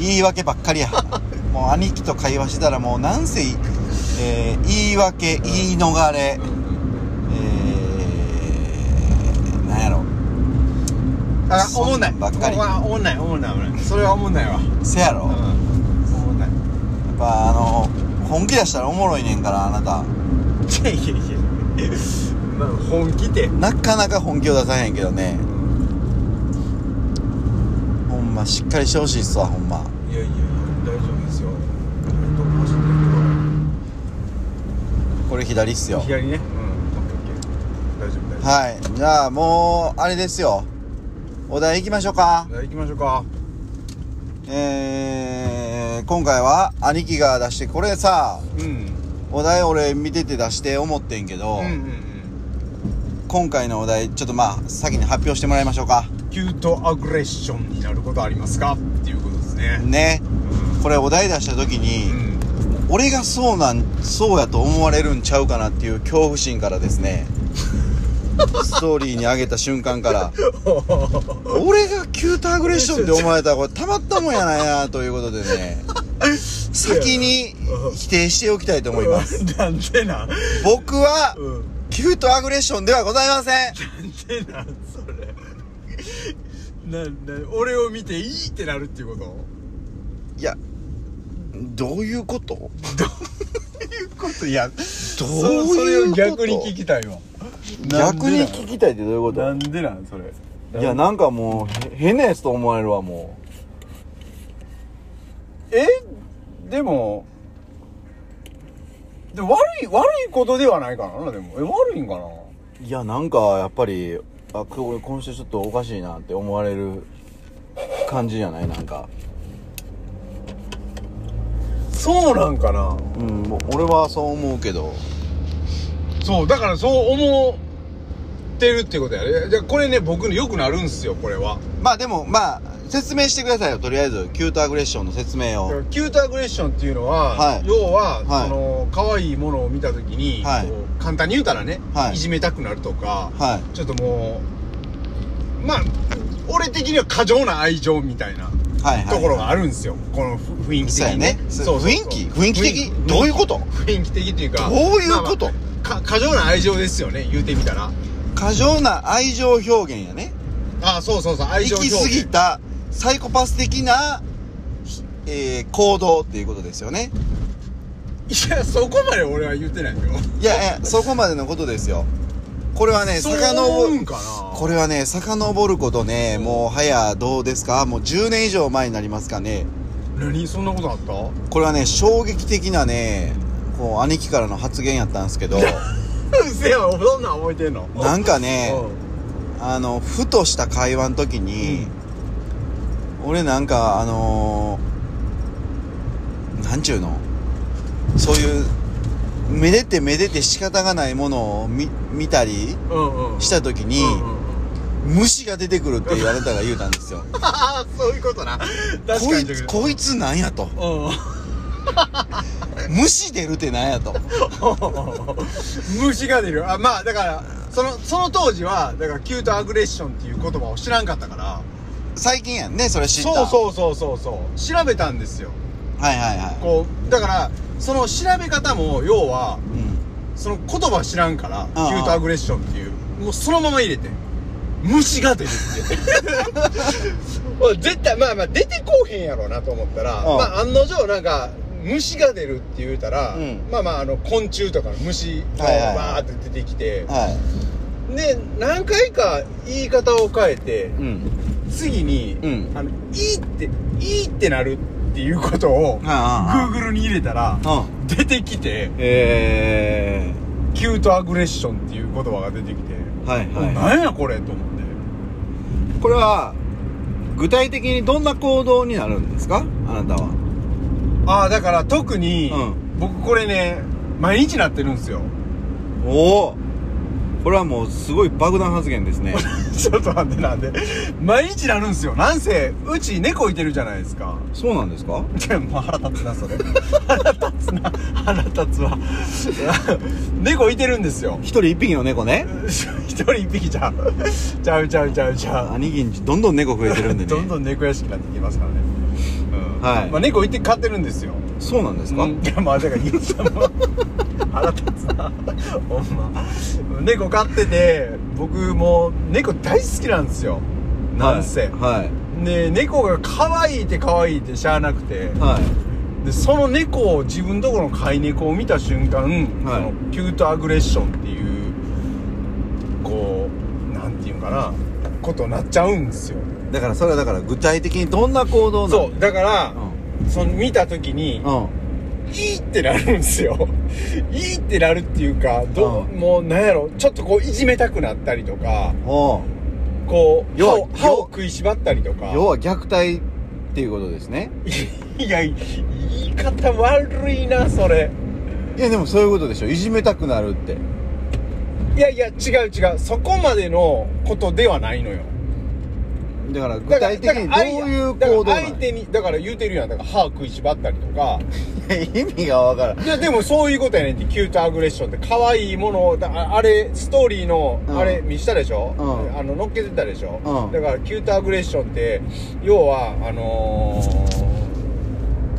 Speaker 1: 言い訳ばっかりやもう兄貴と会話してたらもうなんせ、えー言い訳言い逃れ、えー、なんやろ
Speaker 2: あ
Speaker 1: そん
Speaker 2: おもんない
Speaker 1: ばっかり
Speaker 2: おあおもんないおもんないおもんないそれはおもんないわ
Speaker 1: せやろ
Speaker 2: うんお
Speaker 1: や
Speaker 2: もんない
Speaker 1: っぱあの本気出したらおもろいねんからあなた
Speaker 2: いやいや いやまあ本気で
Speaker 1: なかなか本気を出さへんけどねほんましっかりしてほしいっすわほんま
Speaker 2: いやいや大丈夫ですよどこ走ってる
Speaker 1: これ左っす
Speaker 2: と
Speaker 1: よ
Speaker 2: こ左ねうんオッケーオッケー大丈夫大丈
Speaker 1: はいじゃあもうあれですよお題行きましょうか
Speaker 2: 夫じゃあ行きましょうか
Speaker 1: えー、今回は兄貴が出してこれさ
Speaker 2: うん
Speaker 1: お題俺見てて出して思ってんけど、
Speaker 2: うんうん
Speaker 1: 今回のお題ちょっとまあ先に発表してもらいましょうか
Speaker 2: うんキュートアグレッションになることありますかっていうことですね
Speaker 1: ね
Speaker 2: う
Speaker 1: これお題出した時
Speaker 2: んう
Speaker 1: に
Speaker 2: ん
Speaker 1: 俺がそうなんそうやと思われるんちゃうかなっていう恐怖心からです ねストーリーに上げた瞬間 から俺がキュートアグレッションって思われたらこれたまったもんやないなということでね先に否定しておきたいと思います
Speaker 2: なんでな
Speaker 1: 僕は
Speaker 2: うん
Speaker 1: キュートアグレッションではございません
Speaker 2: なんでなんそれなんだ俺を見ていいってなるっていうこと
Speaker 1: いやどういうこと
Speaker 2: どういうこといやどう
Speaker 3: どう
Speaker 2: それ
Speaker 3: いう
Speaker 2: を
Speaker 3: こと
Speaker 2: 逆に聞きたいわ
Speaker 1: 逆に聞きたいってどういうこ
Speaker 2: な
Speaker 1: と
Speaker 2: んでなんそれ
Speaker 1: いやなんかもうへ変なやつと思われるわも
Speaker 3: えでもでも悪い悪いことではないからなでもえ悪いんかな
Speaker 1: ういやなんかやっぱりあこ今週ちょっとおかしいなって思われる感じじゃないなんか
Speaker 3: そうなんかな
Speaker 1: うんもう俺はそう思うけど
Speaker 2: そうだからそう思ってるっていうことやねじゃあこれね僕の良くなるんすよこれは
Speaker 1: まあでもまあ説明してくださいよとりあえずキュートアグレッションの説明をはい
Speaker 2: キュートアグレッションっていうのは、
Speaker 1: はい
Speaker 2: 要は、
Speaker 1: はい
Speaker 2: その可愛いものを見た時に、
Speaker 1: はい
Speaker 2: こう簡単に言うたらね、
Speaker 1: はい
Speaker 2: い、じめたくなるとか、
Speaker 1: はい
Speaker 2: ちょっともうまあ俺的には過剰な愛情みたいな
Speaker 1: はい
Speaker 2: ところがあるんですよ、このふ雰囲気的
Speaker 1: そうや
Speaker 2: にね
Speaker 1: ね雰囲気雰囲気的どういうこと
Speaker 2: 雰囲気的っていうか
Speaker 1: どういうこと
Speaker 2: まあまあか過剰な愛情ですよね言うてみたら
Speaker 1: 過剰な愛情表現やね
Speaker 2: ああそうそうそう愛情
Speaker 1: 行
Speaker 2: 表
Speaker 1: き
Speaker 2: 現
Speaker 1: 過ぎたサイコパス的な、えー行動っていうことですよね
Speaker 2: いやそこまで俺は言ってないよ
Speaker 1: いやいやそこまでのことですよこれはね
Speaker 2: そう
Speaker 1: 遡
Speaker 2: 思うん
Speaker 1: る
Speaker 2: かな
Speaker 1: これはね遡ることねもう早どうですかもう10年以上前になりますかね
Speaker 2: 何そんなことあった
Speaker 1: これはね衝撃的なねこう兄貴からの発言やったんですけ ど
Speaker 2: うせえわどんなん覚えてんの
Speaker 1: なんかね
Speaker 2: うん
Speaker 1: あのふとした会話の時に、俺なんかあのー、なんちゅうのそういうめでてめでて仕方がないものを見見たり
Speaker 2: うんうん
Speaker 1: した時に、
Speaker 2: うん うんうん
Speaker 1: 虫が出てくるって言われたが言うたんですよ
Speaker 2: ああそういうことな 確か
Speaker 1: こい
Speaker 2: に
Speaker 1: つこいつなんやと虫出るってなんやと
Speaker 2: うん虫が出る あまあだからそのその当時はだからキュートアグレッションっていう言葉を知らんかったから
Speaker 1: 最近やんねそれ知った
Speaker 2: そう
Speaker 1: う
Speaker 2: そうそうそうそう調べたんですよ
Speaker 1: はいはいは、
Speaker 2: こうだからその調べ方も要はい
Speaker 1: うん、
Speaker 2: その言葉知らんからキ
Speaker 1: ああ
Speaker 2: ュートアグレッションっていうもうそのまま入れて虫が出るっておい 絶対まあまあ出てこうへんやろなと思ったら
Speaker 1: ああ
Speaker 2: まあ案の定なんか虫が出るって言うたら、
Speaker 1: うん
Speaker 2: まあまああの昆虫とかの虫が
Speaker 1: はいはいはい
Speaker 2: バーって出てきて、
Speaker 1: はい
Speaker 2: で何回か言い方を変えて
Speaker 1: うん
Speaker 2: 次に、
Speaker 1: うん
Speaker 2: あのいいっていいってなるっていうことを
Speaker 1: あ
Speaker 2: Google に入れたら
Speaker 1: あああ
Speaker 2: 出てきて
Speaker 1: え
Speaker 2: キュートアグレッションっていう言葉が出てきて、
Speaker 1: ー、はいはい
Speaker 2: なんやこれと思って
Speaker 1: これは具体的にどんな行動になるんですかあなたは
Speaker 2: ああだから特に、
Speaker 1: うん
Speaker 2: 僕これね毎日なってるんですよ
Speaker 1: おおこれはもうすごい爆弾発言です ね
Speaker 2: ちょっと待ってなんで毎日なるんですよなんせうち猫いてるじゃないですか
Speaker 1: そうなんですか
Speaker 2: でもう腹立つなそれ 腹立つな腹立つわ 猫いてるんですよ
Speaker 1: 一人一匹の猫ね
Speaker 2: 一人一匹ちゃうちゃうちゃうちゃうちゃう
Speaker 1: 兄貴んち どんどん猫増えてるんでね
Speaker 2: どんどん猫屋敷になってきますからね、うん
Speaker 1: はい
Speaker 2: まあ、猫いて飼ってるんですよ
Speaker 1: そうなんですか、
Speaker 2: うんいやまあだから言うた もん腹立つなほんま猫飼ってて僕もう猫大好きなんですよなんせ、
Speaker 1: はい
Speaker 2: で猫が可愛いって可愛いってしゃあなくて
Speaker 1: はい
Speaker 2: でその猫を自分とこの飼い猫を見た瞬間、
Speaker 1: はい
Speaker 2: そのキュートアグレッションっていうこうなんていうんかなことになっちゃうんですよ
Speaker 1: だからそれはだから具体的にどんな行動な
Speaker 2: そ
Speaker 1: の
Speaker 2: うだから、
Speaker 1: う
Speaker 2: その見た時に、
Speaker 1: んうん
Speaker 2: いいってなるんですよ。 いいってなるっていうか、どう、
Speaker 1: う
Speaker 2: もうなんやろ、ちょっとこういじめたくなったりとか、
Speaker 1: おう
Speaker 2: こう、
Speaker 1: 要
Speaker 2: 歯
Speaker 1: は
Speaker 2: を歯を食いしばったりとか。
Speaker 1: 要は虐待っていうことですね
Speaker 2: いや、い言い方悪いな、それ。
Speaker 1: いやでもそういうことでしょいじめたくなるって
Speaker 2: いやいや、違う違う。そこまでのことではないのよ。
Speaker 1: だから具
Speaker 2: だから
Speaker 1: 体的にどういう
Speaker 2: だから
Speaker 1: 行動
Speaker 2: だか
Speaker 1: な
Speaker 2: ら
Speaker 1: の
Speaker 2: 相手に、だから言うてるやん。だから歯食いしばったりとか。
Speaker 1: 意味がわからん
Speaker 2: いや、でもそういうことやねんって、キュートアグレッションって、可愛いものを、だああれ、ストーリーの、
Speaker 1: うん
Speaker 2: あれ、見したでしょ、
Speaker 1: うん
Speaker 2: あの、乗っけてたでしょ、
Speaker 1: うん
Speaker 2: だから、キュートアグレッションって、要は、あの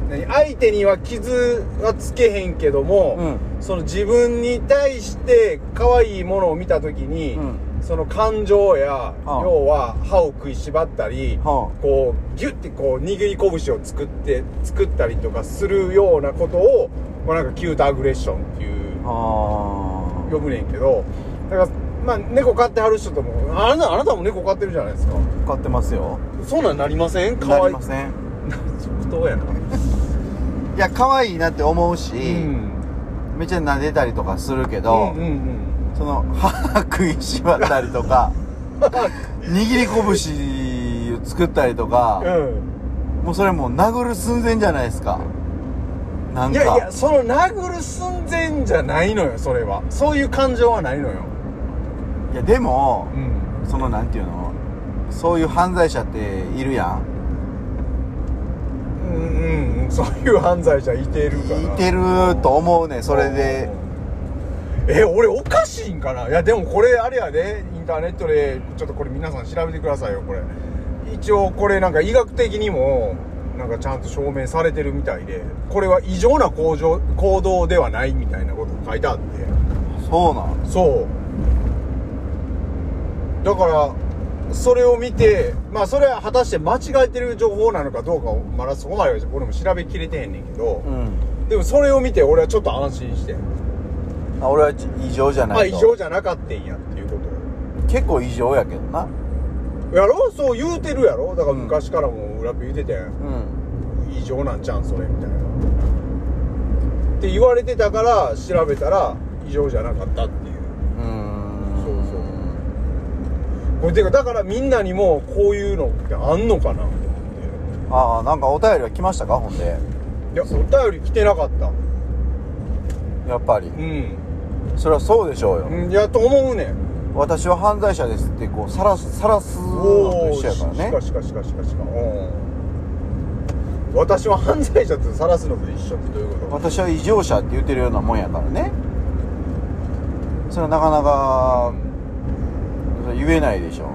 Speaker 2: ー、何相手には傷はつけへんけども、
Speaker 1: う
Speaker 2: その自分に対して可愛いものを見た時に、
Speaker 1: ん
Speaker 2: その感情や、
Speaker 1: ああ
Speaker 2: 要は歯を食いしばったり、
Speaker 1: は
Speaker 2: こうギュッてこう握り拳を作って作ったりとかするようなことを、まあ、なんかキュートアグレッションっていう
Speaker 1: あは
Speaker 2: 呼ぶねんけどだからまあ猫飼ってはる人ともあなたあなたも猫飼ってるじゃないですか
Speaker 1: あ買ってますよ
Speaker 2: そんなんなりませんか
Speaker 1: な
Speaker 2: わ
Speaker 1: り
Speaker 2: いい
Speaker 1: ません
Speaker 4: 即答やな。
Speaker 1: いや可愛いなって思うし、
Speaker 2: うん
Speaker 1: めっちゃ撫でたりとかするけ
Speaker 2: う
Speaker 1: ど、
Speaker 2: んうん
Speaker 1: その 歯食いしばったりと か握り拳を作ったりと
Speaker 2: う
Speaker 1: か、
Speaker 2: ん
Speaker 1: もうそれもう殴る寸前じゃないですかな
Speaker 2: うんんい
Speaker 1: か
Speaker 2: やいやその殴る寸前じゃないのよそれはそういう感情はないのよ
Speaker 1: いやでも
Speaker 2: うん
Speaker 1: そのなんていうのそういう犯罪者っているやん
Speaker 2: うんうんうんそういう犯罪者いてるから
Speaker 1: いてると思うねそれで
Speaker 2: え俺おかしいんかないやでもこれあれやでインターネットでちょっとこれ皆さん調べてくださいよこれ一応これなんか医学的にもなんかちゃんと証明されてるみたいでこれは異常な行動行動ではないみたいなことが書いてあって
Speaker 1: そうなん
Speaker 2: そうだからそれを見てまあそれは果たして間違えてる情報なのかどうかをまだそこまでは俺も調べきれてへんねんけど
Speaker 1: う、ん
Speaker 2: でもそれを見て俺はちょっと安心して
Speaker 1: あ俺は異常じゃな
Speaker 2: あ
Speaker 1: いと
Speaker 2: 異常じゃなかったんやっていうこと
Speaker 1: 結構異常やけどな
Speaker 2: やろそう言うてるやろだから
Speaker 1: うん
Speaker 2: 昔からもうラップ言うてて
Speaker 1: うん
Speaker 2: 異常なんちゃうんそれみたいなって言われてたから調べたら異常じゃなかったっていう
Speaker 1: うーん
Speaker 2: そうそうこれてかだからみんなにもこういうのってあんのかなと思っ
Speaker 1: ああなんかお便りは来ましたかほんで
Speaker 2: ていやお便り来てなかった
Speaker 1: やっぱり
Speaker 2: うん
Speaker 1: それはそうでしょうよ、
Speaker 2: うんいやと思うねん
Speaker 1: 私は犯罪者ですってこうさらすさらすのと
Speaker 2: おー
Speaker 1: 一緒やからね
Speaker 2: しかしかしかしかしかうん私は犯罪者と晒すのと一緒ってどういうこ
Speaker 1: 私は異常者って言ってるようなもんやからねそれはなかなか言えないでしょ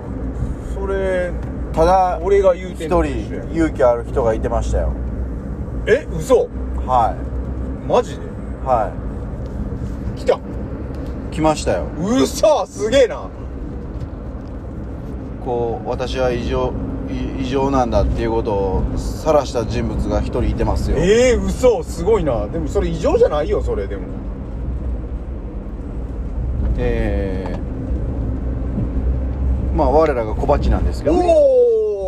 Speaker 2: とそれ
Speaker 1: ただ
Speaker 2: 俺が言う
Speaker 1: 一
Speaker 2: てん
Speaker 1: 人
Speaker 2: のと一緒やん
Speaker 1: 勇気ある人がいてましたよ
Speaker 2: え嘘
Speaker 1: は
Speaker 2: マジで
Speaker 1: いは
Speaker 2: 来た
Speaker 1: い来ましたよ
Speaker 2: 嘘すげえな
Speaker 1: こう私は異常い異常なんだっていうことを晒した人物が一人いてますよ
Speaker 2: ええー、嘘すごいなでもそれ異常じゃないよそれでも
Speaker 1: えーまあ我らが小鉢なんですけど、ね、
Speaker 2: お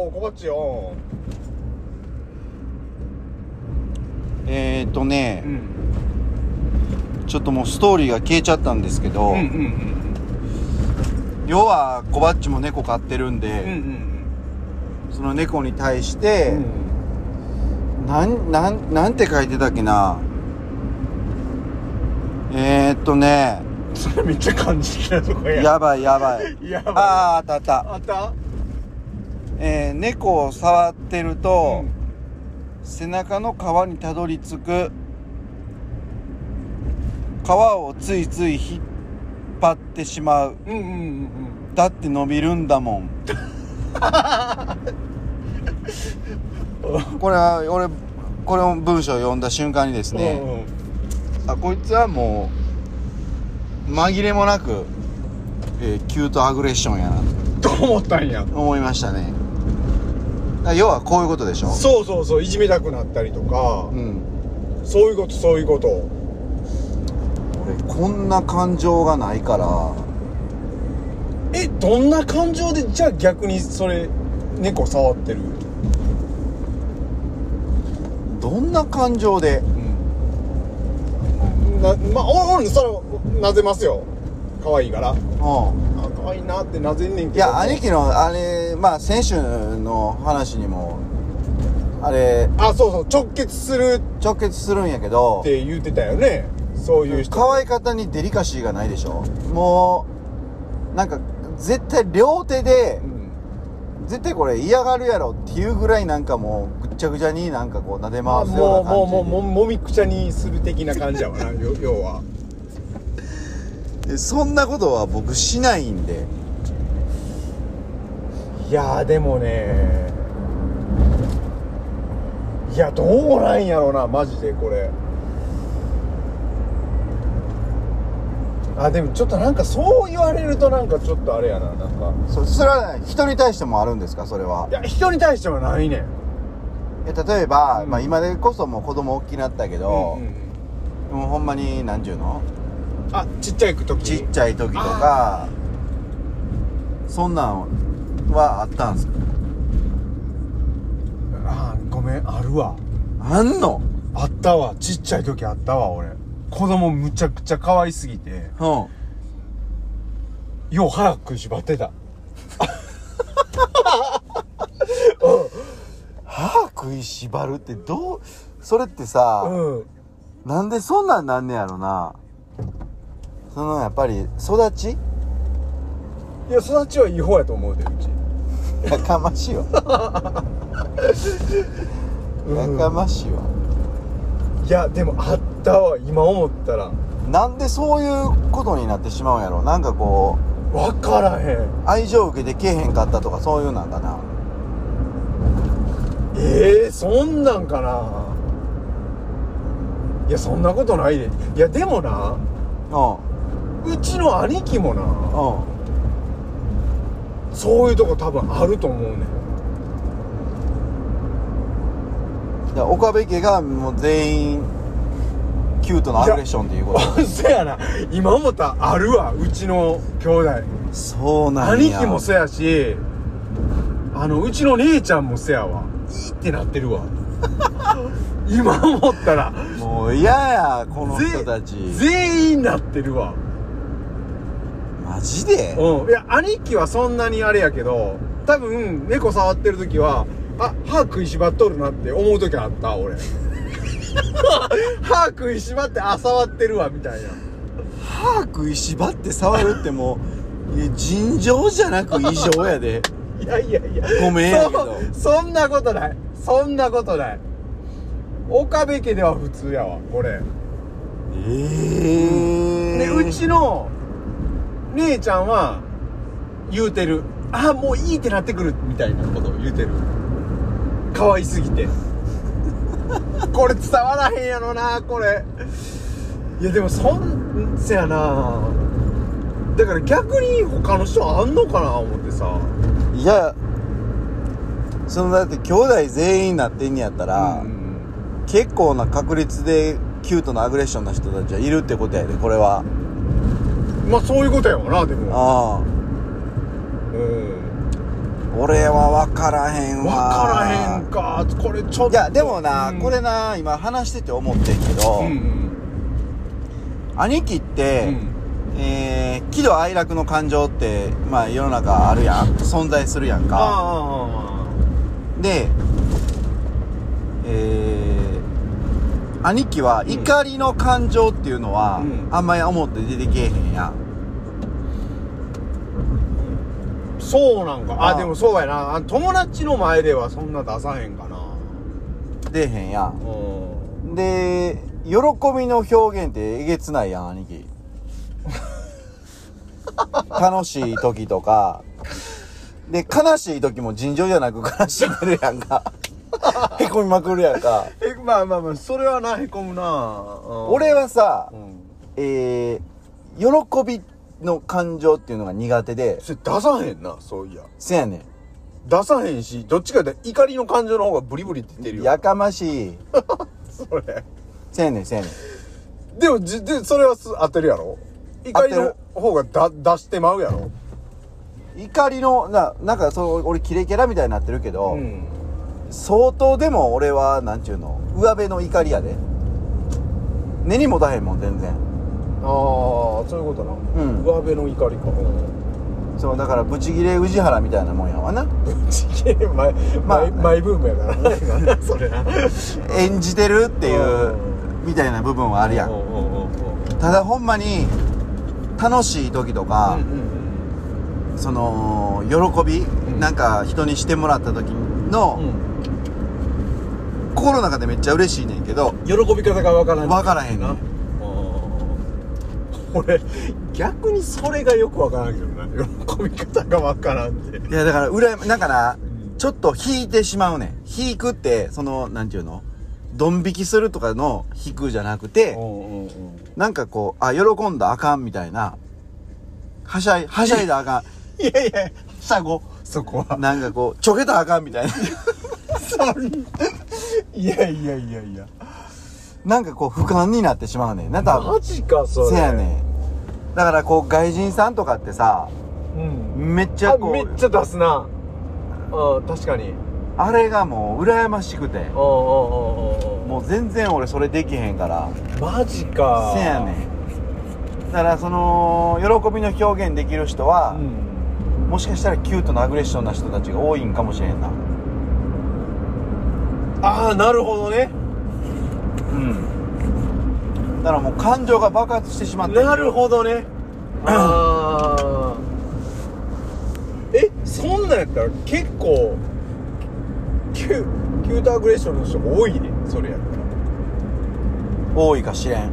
Speaker 2: お小鉢よ
Speaker 1: えっ、ー、とね、
Speaker 2: ん
Speaker 1: ちょっともうストーリーが消えちゃったんですけど、
Speaker 2: うんうんうん
Speaker 1: 要はコバッチも猫飼ってるん
Speaker 2: うんう
Speaker 1: で、
Speaker 2: ん
Speaker 1: その猫に対し
Speaker 2: う
Speaker 1: て、
Speaker 2: ん
Speaker 1: なんなんなんて書いてたっけなえー、っとね
Speaker 2: それめっちゃ感じ的なとこや
Speaker 1: やばいやばい
Speaker 2: やばい
Speaker 1: あーあったあった、
Speaker 2: あった
Speaker 1: えー猫を触ってると、
Speaker 2: うん
Speaker 1: 背中の皮にたどり着く皮をついつい引っ張ってしまう
Speaker 2: うんうんうん
Speaker 1: だって伸びるんだもん これは俺これを文章を読んだ瞬間にです
Speaker 2: うん
Speaker 1: ね、あこいつはもう紛れもなく、えーキュートアグレッションやな
Speaker 2: うんと思ったんや
Speaker 1: と思いましたねだから要はこういうことでしょ
Speaker 2: そうそうそういじめたくなったりとか
Speaker 1: う、ん
Speaker 2: そういうことそういうこと
Speaker 1: 俺こんな感情がないから
Speaker 2: えどんな感情でじゃあ逆にそれ猫触ってる、
Speaker 1: どんな感情で
Speaker 2: なまあお俺それをなぜますよ可愛いから
Speaker 1: う
Speaker 2: あ可愛いなってなぜんねん
Speaker 1: んい
Speaker 2: けど
Speaker 1: や兄貴のあれまあ選手の話にもあれ
Speaker 2: あそうそう直結する
Speaker 1: 直結するんやけど
Speaker 2: って言ってたよねそういう人
Speaker 1: 可愛い方にデリカシーがないでしょもうなんか絶対両手で
Speaker 2: うん
Speaker 1: 絶対これ嫌がるやろっていうぐらいなんかもうぐっちゃぐちゃになんかこう撫で
Speaker 2: まあ
Speaker 1: 回す
Speaker 2: も
Speaker 1: よう
Speaker 2: う
Speaker 1: な感
Speaker 2: もう
Speaker 1: じ
Speaker 2: もうもうもみくちゃにする的な感じやわなよ要は
Speaker 1: でそんなことは僕しないんで
Speaker 2: いやーでもねいやどうなんやろなマジでこれあでもちょっとなんかそう言われるとなんかちょっとあれやななんか
Speaker 1: そそれはね人に対してもあるんですかそれはい
Speaker 2: や人に対してはないねん
Speaker 1: え例えば、
Speaker 2: うん
Speaker 1: まあ、今でこそもう子供大きくなったけど、
Speaker 2: うんうんうん
Speaker 1: もうほんまに何ちゅうの
Speaker 2: あちっちゃい時
Speaker 1: ちっちゃい時とかそんなんはあったんすか
Speaker 2: あーごめんあるわ
Speaker 1: あんの
Speaker 2: あったわちっちゃい時あったわ俺子供むちゃくちゃ可愛すぎて
Speaker 1: うん
Speaker 2: よう腹食いしばってた
Speaker 1: 歯食いしばるってどうそれってさ、
Speaker 2: うん
Speaker 1: なんでそんなんなんねやろなそのやっぱり育ち
Speaker 2: いや育ちはいい方やと思うでうち
Speaker 1: やかましいわやかましいわ、
Speaker 2: いやでもあったわ今思ったら
Speaker 1: なんでそういうことになってしまうんやろなんかこう
Speaker 2: 分からへん
Speaker 1: 愛情受けてけえへんかったとかそういうなんかな
Speaker 2: えー、そんなんかないやそんなことないでいやでもな
Speaker 1: う
Speaker 2: うちの兄貴もなん
Speaker 1: うん
Speaker 2: そういうとこ多分あると思うねん
Speaker 1: いや岡部家がもう全員キュートなアグレッションっていうこと
Speaker 2: あそやな今思ったらあるわうちの兄弟
Speaker 1: そうなん
Speaker 2: 兄
Speaker 1: や
Speaker 2: 貴もそやしあのうちの姉ちゃんもそやわいいってなっ てるわ今思ったら
Speaker 1: もう嫌やこの
Speaker 2: ぜ
Speaker 1: 人たち
Speaker 2: 全員なってるわ
Speaker 1: マジで
Speaker 2: うんいや兄貴はそんなにあれやけど多分猫触ってる時はあ歯食いしばっとるなって思う時あった俺歯食いしばってあ触ってるわみたいな
Speaker 1: 歯食いしばって触るってもういや尋常じゃなく異常や で
Speaker 2: いやいやいや
Speaker 1: ごめんやけど
Speaker 2: そそんなことないそんなことない岡部家では普通やわこれ
Speaker 1: ええ
Speaker 2: でうちの姉ちゃんは言うてるあもういいってなってくるみたいなことを言うてる可愛すぎて これ伝わらへんやろなこれいやでもそんせやなだから逆に他の人あんのかな思ってさ
Speaker 1: いやそのだって兄弟全員なってんねやったら、
Speaker 2: うん
Speaker 1: 結構な確率でキュートなアグレッションな人たちはいるってことやでこれは
Speaker 2: まあそういうことやわなでも
Speaker 1: ああ
Speaker 2: うん
Speaker 1: 俺は分からへん
Speaker 2: 分
Speaker 1: わ
Speaker 2: からへんかこれちょっと
Speaker 1: いやでもな、
Speaker 2: うん
Speaker 1: これな今話してて思ってんけど、
Speaker 2: うんうん
Speaker 1: 兄貴っ
Speaker 2: う
Speaker 1: て、
Speaker 2: ん
Speaker 1: えー喜怒哀楽の感情ってまあ世の中あるやん存在するやん
Speaker 2: あ
Speaker 1: か
Speaker 2: ああああ
Speaker 1: でえー兄貴は
Speaker 2: ん
Speaker 1: 怒りの感情っていうのは、
Speaker 2: うん
Speaker 1: あんまり思って出てけえへんやん
Speaker 2: そうなんかあ
Speaker 1: あ
Speaker 2: でもそうやなあ友達の前ではそんな出さへんかな
Speaker 1: 出えへんや
Speaker 2: うんん
Speaker 1: で喜びの表現ってえげつないやん兄貴楽しい時とかで悲しい時も尋常じゃなく悲しんでるやんかへこみまくるやんか
Speaker 2: えまあまあまあそれはなへこむな、うん
Speaker 1: 俺はさ
Speaker 2: うん
Speaker 1: えー、喜びの感情っていうのが苦手で
Speaker 2: それ出さへんなそういや
Speaker 1: せやね
Speaker 2: 出さへんしどっちかって怒りの感情の方がブリブリって出る
Speaker 1: ん
Speaker 2: よ
Speaker 1: やかましい
Speaker 2: それ
Speaker 1: せやねんせやねん
Speaker 2: でもじでそれはす当てるやろ怒りの方がだ出してまうやろ
Speaker 1: 怒りのななんかその俺キレキャラみたいになってるけど、
Speaker 2: ん
Speaker 1: 相当でも俺はなんちゅうの上辺の怒りやで根にもたへんもん全然
Speaker 2: ああそういうことな、
Speaker 1: ん
Speaker 2: 上辺の怒りか
Speaker 1: そうだからブチギレ宇治原みたいなもんやわな
Speaker 2: ぶち切れマイ,、
Speaker 1: まあ
Speaker 2: マイマイブームやからな それな
Speaker 1: 演じてるっていううんみたいな部分はあるや
Speaker 2: うんんうんうんうん
Speaker 1: ただほんまに楽しい時とか、その喜び、
Speaker 2: ん
Speaker 1: なんか人にしてもらった時の、心の中でめっちゃ嬉しいねんけど
Speaker 2: 喜び方がわからん
Speaker 1: わからへんねん
Speaker 2: 俺逆にそれがよくわからんけどな喜び方がわからんって
Speaker 1: いやだからうらやなんかな
Speaker 2: うん
Speaker 1: ちょっと引いてしまうねん引くってそのなんていうのドン引きするとかの引くじゃなくて
Speaker 2: んうんうん
Speaker 1: なんかこう、あ、喜んだあかんみたいな、はしゃい、はしゃいだあか
Speaker 2: いやいや、双子、そこは
Speaker 1: ん、。なんかこう、ちょけたあかんみたいな、
Speaker 2: いやいやいやいや。
Speaker 1: なんかこう、俯瞰になってしまうねんな、多分。
Speaker 2: ジか、そ
Speaker 1: せやね。ん。だからこう、外人さんとかってさ、
Speaker 2: うん。
Speaker 1: めっち
Speaker 2: あ
Speaker 1: ゃこ
Speaker 2: めっ
Speaker 1: う、
Speaker 2: ちゃ出すな。うん、確かに。
Speaker 1: あれがもう、羨ましくて、
Speaker 2: おうんうんうんうん。
Speaker 1: もう全然俺それできへんから、
Speaker 2: マジか。
Speaker 1: せやねん。だからその、喜びの表現できる人は、
Speaker 2: うん。
Speaker 1: もしかしたらキュートなアグレッションな人たちが多いんかもしれんな。
Speaker 2: ああ、なるほどね。
Speaker 1: うん。だからもう感情が爆発してしまって。
Speaker 2: なるほどね。ああ。え、そんなんやったら結構、キュキュートアグレッションの人多いね、それやったら。
Speaker 1: 多いかしれん。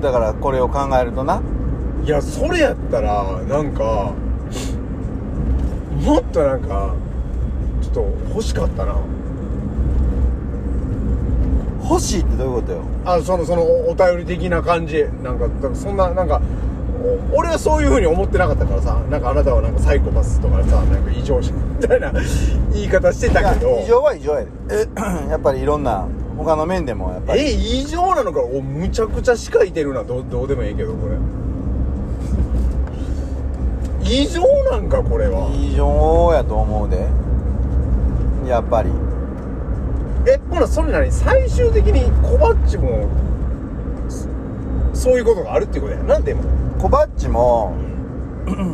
Speaker 1: だからこれを考えるとな。
Speaker 2: いやそれやったらなんかもっとなんかちょっと欲しかったな
Speaker 1: 欲しいってどういうことよ。
Speaker 2: あそのそのおお便り的な感じなんかだからそんななんかお俺はそういうふうに思ってなかったからさなんかあなたはなんかサイコパスとかさなんか異常者みたいな 言い方してた
Speaker 1: い
Speaker 2: け
Speaker 1: や異
Speaker 2: ど
Speaker 1: 常は異常やで。えやっぱりいろんな、他の面でもやっぱり。
Speaker 2: え異常なのかおむちゃくちゃしかいてるなどうどうでもいいけどこれ異常なんかこれは
Speaker 1: 異常やと思うで。やっぱり。
Speaker 2: えほらそれなに最終的にコバッチもそそういうことがあるっていうことやなんでも
Speaker 1: コバッチも、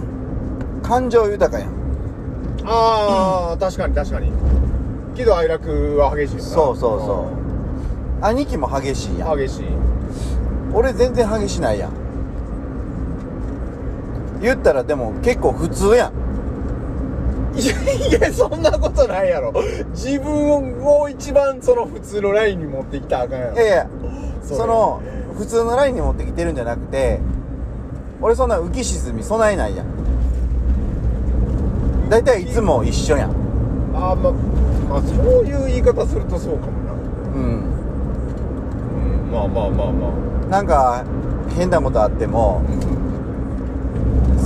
Speaker 1: 感情豊かやん。
Speaker 2: ああ、確かに確かに喜怒哀楽は激しいよな
Speaker 1: そうそうそう。兄貴も激しいやん。
Speaker 2: 激しい
Speaker 1: 俺全然激しないやん。言ったらでも結構普通やん。
Speaker 2: いやいやそんなことないやろ自分を一番その普通のラインに持ってきたらあかん
Speaker 1: い
Speaker 2: や
Speaker 1: や
Speaker 2: ろ
Speaker 1: いや
Speaker 2: そ
Speaker 1: そ
Speaker 2: れ
Speaker 1: の普通のラインに持ってきてるんじゃなくて俺そんな浮き沈み備えないやん大体いつも一緒やん
Speaker 2: あー、ままあそういう言い方するとそうかもな、
Speaker 1: うん
Speaker 2: うん、まあまあまあまあ
Speaker 1: なんか変なことあっても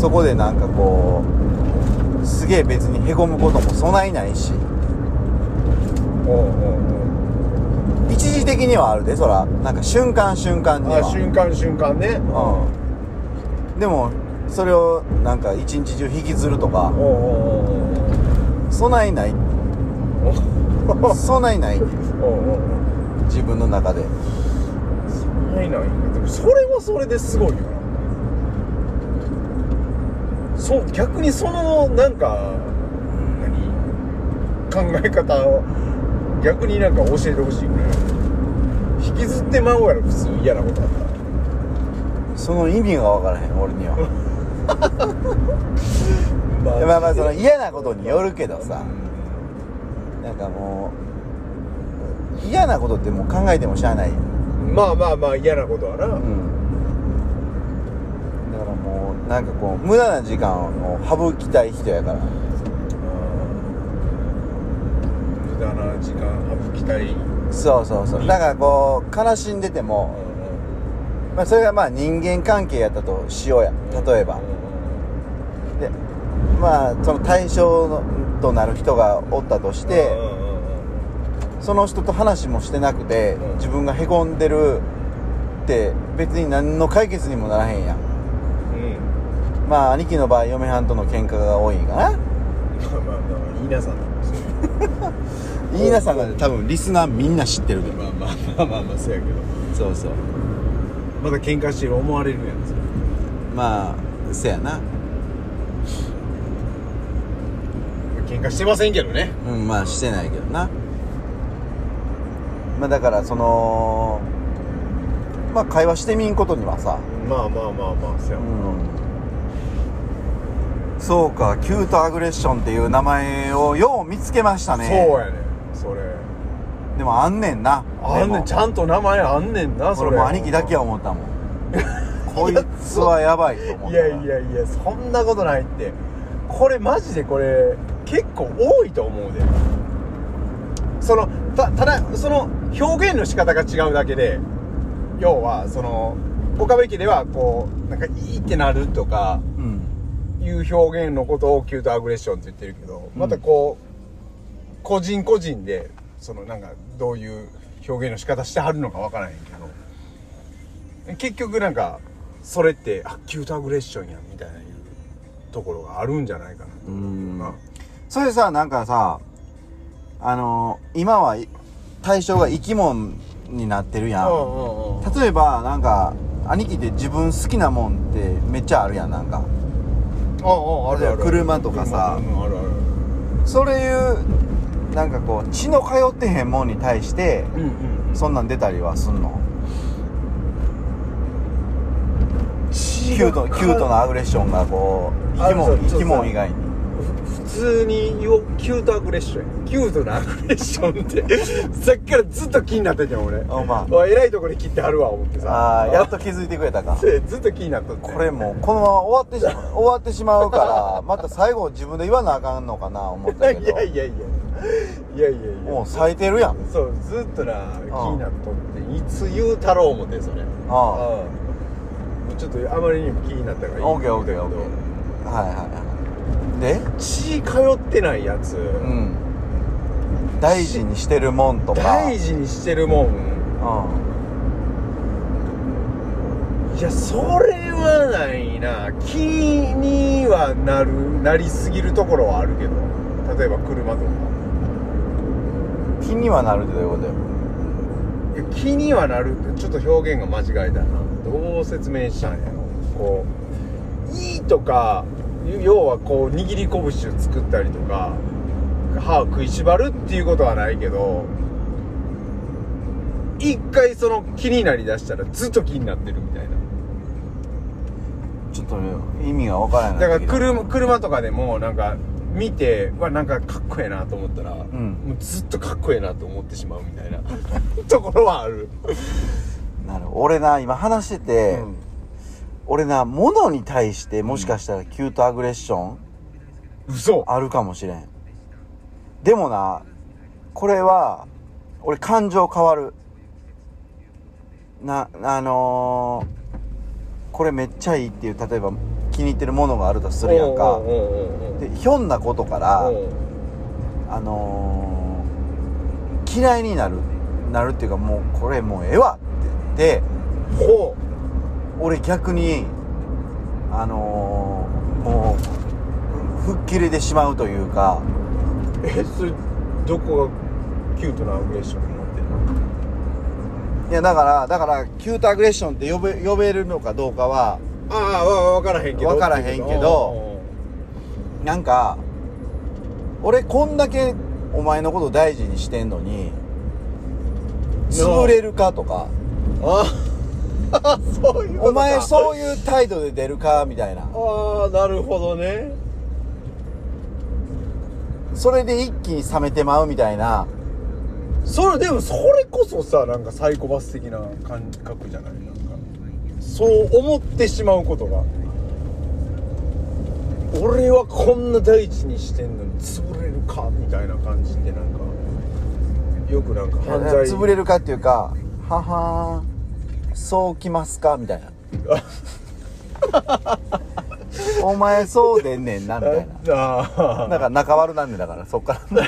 Speaker 1: そこでなんかこうすげえ別にへこむことも備えないし
Speaker 2: おうおうおう
Speaker 1: 一時的にはあるでそらなんか瞬間瞬間に
Speaker 2: あ
Speaker 1: は
Speaker 2: ー瞬間瞬間ね
Speaker 1: うんでもそれをなんか一日中引きずるとか
Speaker 2: おうおうおうおう
Speaker 1: 備え ない備えない
Speaker 2: おうおうおう
Speaker 1: 自分の中で
Speaker 2: ないないでもそれはそれですごいよなそう逆にそのなんか何考え方を逆になんか教えてほしいぐらい引きずってまうやろ普通嫌なことあったら
Speaker 1: その意味が分からへん俺 には
Speaker 2: ま
Speaker 1: まあまあその嫌なことによるけどさなんかもう嫌なことってもう考えてもしゃあないやん、
Speaker 2: まあまあまあ嫌なことはな、
Speaker 1: うん、だからもうなんかこう無駄な時間を省きたい人やから
Speaker 2: 無駄な時間省きたい、
Speaker 1: そうそうそうだからこう悲しんでても、まあ、それがまあ人間関係やったとしようや例えばでまあその対象のとなる人がおったとして、その人と話もしてなくて、
Speaker 2: うん
Speaker 1: 自分がへこんでるって別に何の解決にもならへんやん
Speaker 2: うん
Speaker 1: まあ兄貴の場合嫁はんとの喧嘩が多いんかな
Speaker 2: まあまあまあいいなさんだもんそれ
Speaker 1: 飯田さんが多分リスナーみんな知ってるで
Speaker 2: まあまあまあまあまあそうやけど
Speaker 1: そうそう
Speaker 2: まだ喧嘩してる思われるやんそれ
Speaker 1: まあせやな
Speaker 2: 喧嘩してませんけどね
Speaker 1: うんまあしてないけどなまあだからそのまあ会話してみんことにはさ、
Speaker 2: まあまあまあまあそうや
Speaker 1: うん、そうかキュートアグレッションっていう名前をよう見つけましたね
Speaker 2: そうやねんそれ
Speaker 1: でもあんねんな
Speaker 2: あんねんちゃんと名前あんねんなそれ
Speaker 1: 俺も兄貴だけは思 ったもんこいつはやばいと思っ
Speaker 2: い
Speaker 1: たか
Speaker 2: や
Speaker 1: ら
Speaker 2: いやいやそんなことないってこれマジでこれ結構多いと思うでそのたただその表現の仕方が違うだけで要はその
Speaker 3: 岡部家ではこうなんかいいってなるとか
Speaker 1: うん
Speaker 3: いう表現のことをキュートアグレッションって言ってるけどまたこう、個人個人でそのなんかどういう表現の仕方してはるのかわからへんけど結局なんかそれってあキュートアグレッションやみたいないうところがあるんじゃないかな
Speaker 1: う
Speaker 3: まあ
Speaker 1: んそれさなんかさあのー今はい対象が生き物になってるやん
Speaker 2: うん
Speaker 1: 例えばなんか兄貴って自分好きなもんってめっちゃあるやんなんか
Speaker 3: ああ
Speaker 1: 例えば車とかさ
Speaker 3: うんあるある
Speaker 1: そういうなんかこう血の通ってへんもんに対して
Speaker 3: うんうん
Speaker 1: そんなん出たりはすんのキ
Speaker 2: キ
Speaker 1: ュートキュートなアグレッションがこう生き
Speaker 2: あ
Speaker 1: 物
Speaker 2: そう
Speaker 1: 生き物以外に
Speaker 2: 普通に言おうキュートアグレッションやキュートなアグレッション ってさっきからずっと気になってんじゃん俺
Speaker 1: あま
Speaker 2: わ偉いところに切ってはるわ思って
Speaker 1: あ
Speaker 2: さ
Speaker 1: あーやっと気づいてくれたか
Speaker 2: せずっと気になった
Speaker 1: これもうこのまま終わってし終わってしまうからまた最後自分で言わなあかんのかな思ったけど
Speaker 2: いやいやいやいやいやいや
Speaker 1: もう咲いてるやん
Speaker 2: そうずっとな気になっとっていつ言うたろう思ってそれ
Speaker 1: ああ
Speaker 2: うんちょっとあまりにも気になったからいい
Speaker 1: オーケーオーケーオーケーはいはいはいで
Speaker 2: 血通ってないやつ、
Speaker 1: うん大事にしてるもんとか
Speaker 2: 大事にしてるもん
Speaker 1: う
Speaker 2: いやそれはないな気にはなるなりすぎるところはあるけど例えば車とか
Speaker 1: ん気にはなるってどういうことよ
Speaker 2: いや気にはなるってちょっと表現が間違えたなどう説明したんやろこういいとか要はこう握り拳を作ったりとか歯を食いしばるっていうことはないけど一回その気になりだしたらずっと気になってるみたいな
Speaker 1: ちょっと意味が分からない
Speaker 2: だから
Speaker 1: 来る
Speaker 2: 車車とかでもなんか見てはなんかかっこええなと思ったら、
Speaker 1: ん
Speaker 2: もうずっとかっこええなと思ってしまうみたいな ところはある、
Speaker 1: なるほど俺な今話してて、俺な物に対してもしかしたらキュートアグレッション
Speaker 2: 嘘
Speaker 1: あるかもしれんでもなこれは俺感情変わるなあのーこれめっちゃいいっていう例えば気に入ってるものがあるとするやんか
Speaker 2: おうおうおうおう
Speaker 1: でひょんなことから
Speaker 2: おう
Speaker 1: あのー嫌いになるなるっていうかもうこれもうええわって言って
Speaker 2: ほ
Speaker 1: 俺逆にあのーもうふ吹っ切れてしまうというか
Speaker 2: うえそれどこがキュートなアグレッションになってるの
Speaker 1: いやだからだからキュートアグレッションって呼べ呼べるのかどうかは
Speaker 2: ああわ分からへんけど
Speaker 1: わからへんけど
Speaker 2: ど
Speaker 1: なんか俺こんだけお前のこと大事にしてんのに潰れるかとか
Speaker 2: ああそういうことか
Speaker 1: お前そういう態度で出るかみたいな
Speaker 2: ああなるほどね
Speaker 1: それで一気に冷めてまうみたいな
Speaker 2: それでもそれこそさなんかサイコパス的な感覚じゃないなんかそう思ってしまうことが俺はこんな大事にしてんのに潰れるかみたいな感じでなんかよくなんか犯罪
Speaker 1: 潰れるかっていうか「ははーんそうきますか」みたい な「お前そうでんねんな」みたいな
Speaker 2: あ
Speaker 1: だから仲悪なんでだからそっから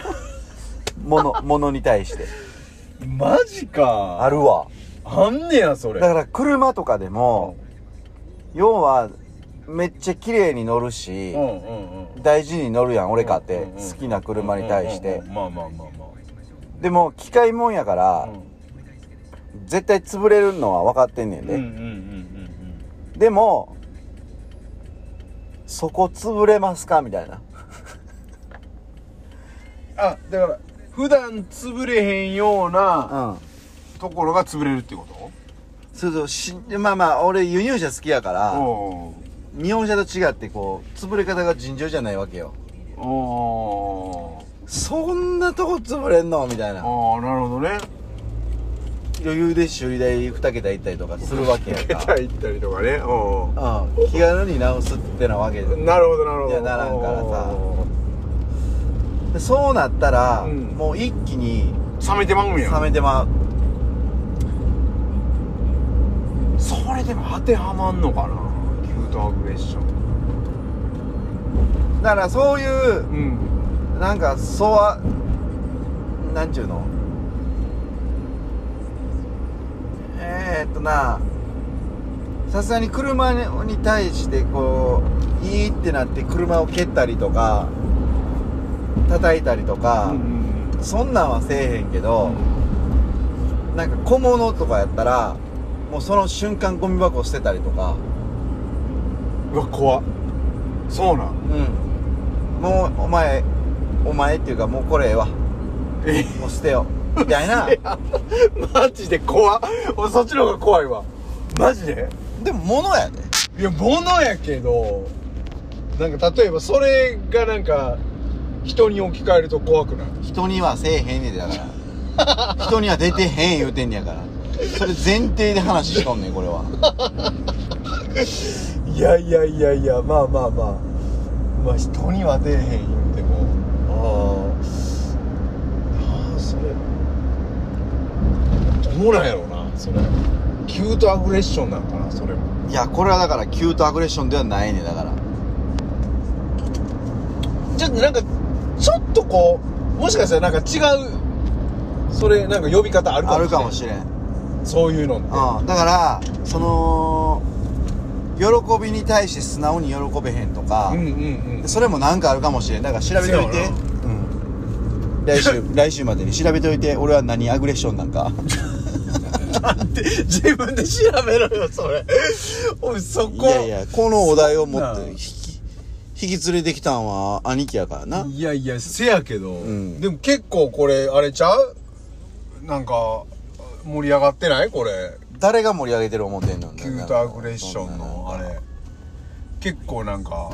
Speaker 1: ものものに対して
Speaker 2: ーマジか
Speaker 1: あるわ
Speaker 2: あんねやそれ
Speaker 1: だから車とかでも要はめっちゃ綺麗に乗るし
Speaker 2: うんうんうん
Speaker 1: 大事に乗るやん俺かっ
Speaker 2: う
Speaker 1: て
Speaker 2: んうん
Speaker 1: 好きな車に対して
Speaker 2: うんうんまあまあまあま
Speaker 1: でも機械もんやから
Speaker 2: あうん
Speaker 1: 絶対潰れるのは分かってんねん
Speaker 2: うんうんうん
Speaker 1: ででもそこ潰れますかみたいな
Speaker 2: あだから普段潰れへんような
Speaker 1: うん
Speaker 2: ところが潰れるってこと
Speaker 1: そうそうしまあまあ俺輸入車好きやから
Speaker 2: お
Speaker 1: 日本車と違ってこう潰れ方が尋常じゃないわけよ
Speaker 2: おお
Speaker 1: そんなとこ潰れんのみたいな
Speaker 2: ああなるほどね
Speaker 1: 余裕で修理代2桁いったりとかするわけやんか
Speaker 2: 桁行ったりとかねお
Speaker 1: うん気軽に直すってなわけ
Speaker 2: おなるほどなるほど
Speaker 1: いやならんからさ
Speaker 2: お
Speaker 1: でそうなったら、
Speaker 2: うん
Speaker 1: もう一気に
Speaker 2: ー冷めてまうんや
Speaker 1: 冷めてまう
Speaker 2: そこれでも当てはまんのかなキュートアグレッション
Speaker 1: だからそういう
Speaker 2: うん
Speaker 1: なんかそわなんちゅうのえー、っとなさすがに車に対してこういいってなって車を蹴ったりとか叩いたりとか、そんなんはせえへんけど、なんか小物とかやったらもうその瞬間ゴミ箱捨てたりとか
Speaker 2: うわ怖っそうなん
Speaker 1: うんもうお前お前っていうかもうこれええわ
Speaker 2: え
Speaker 1: もう 捨てようみたいな
Speaker 2: マジで怖っ俺そっちの方が怖いわマジで
Speaker 1: でも物やで
Speaker 2: いや物やけどなんか例えばそれがなんか人に置き換えると怖くない
Speaker 1: 人にはせえへんねんでだから人には出てへん言うてんねやからそれ前提で話しとんねんこれはい
Speaker 2: やいやいやいやまあまあまあまあ人には出えへん言うてもああああそれどうなんやろうなそれキュートアグレッションなんかなそれも
Speaker 1: いやこれはだからキュートアグレッションではないねんだから
Speaker 2: ちょっとなんかちょっとこうもしかしたらなんか違うそれなんか呼び方あるかも
Speaker 1: ある
Speaker 2: しれ
Speaker 1: か
Speaker 2: ん
Speaker 1: もしれん
Speaker 2: そういうのって
Speaker 1: うん、だからその喜びに対して素直に喜べへんとか
Speaker 2: う、んうん
Speaker 1: それもなんかあるかもしれんだから調べとい
Speaker 2: そう
Speaker 1: て
Speaker 2: やな、
Speaker 1: うん、来週 来週までに調べといて俺は何アグレッションなんか
Speaker 2: うん自分で調べろよそれおいそ
Speaker 1: い
Speaker 2: こ
Speaker 1: やいやこのお題を持っ
Speaker 2: そんな
Speaker 1: て
Speaker 2: ん
Speaker 1: 引き引き連れてきたんは兄貴やからない
Speaker 2: やいや、せやけど、
Speaker 1: ん
Speaker 2: でも結構これ、あれちゃうなんか、盛り上がってないこれ。
Speaker 1: 誰が盛り上げてる思ってんの
Speaker 2: キュートアグレッションの、あれ。結構なんか、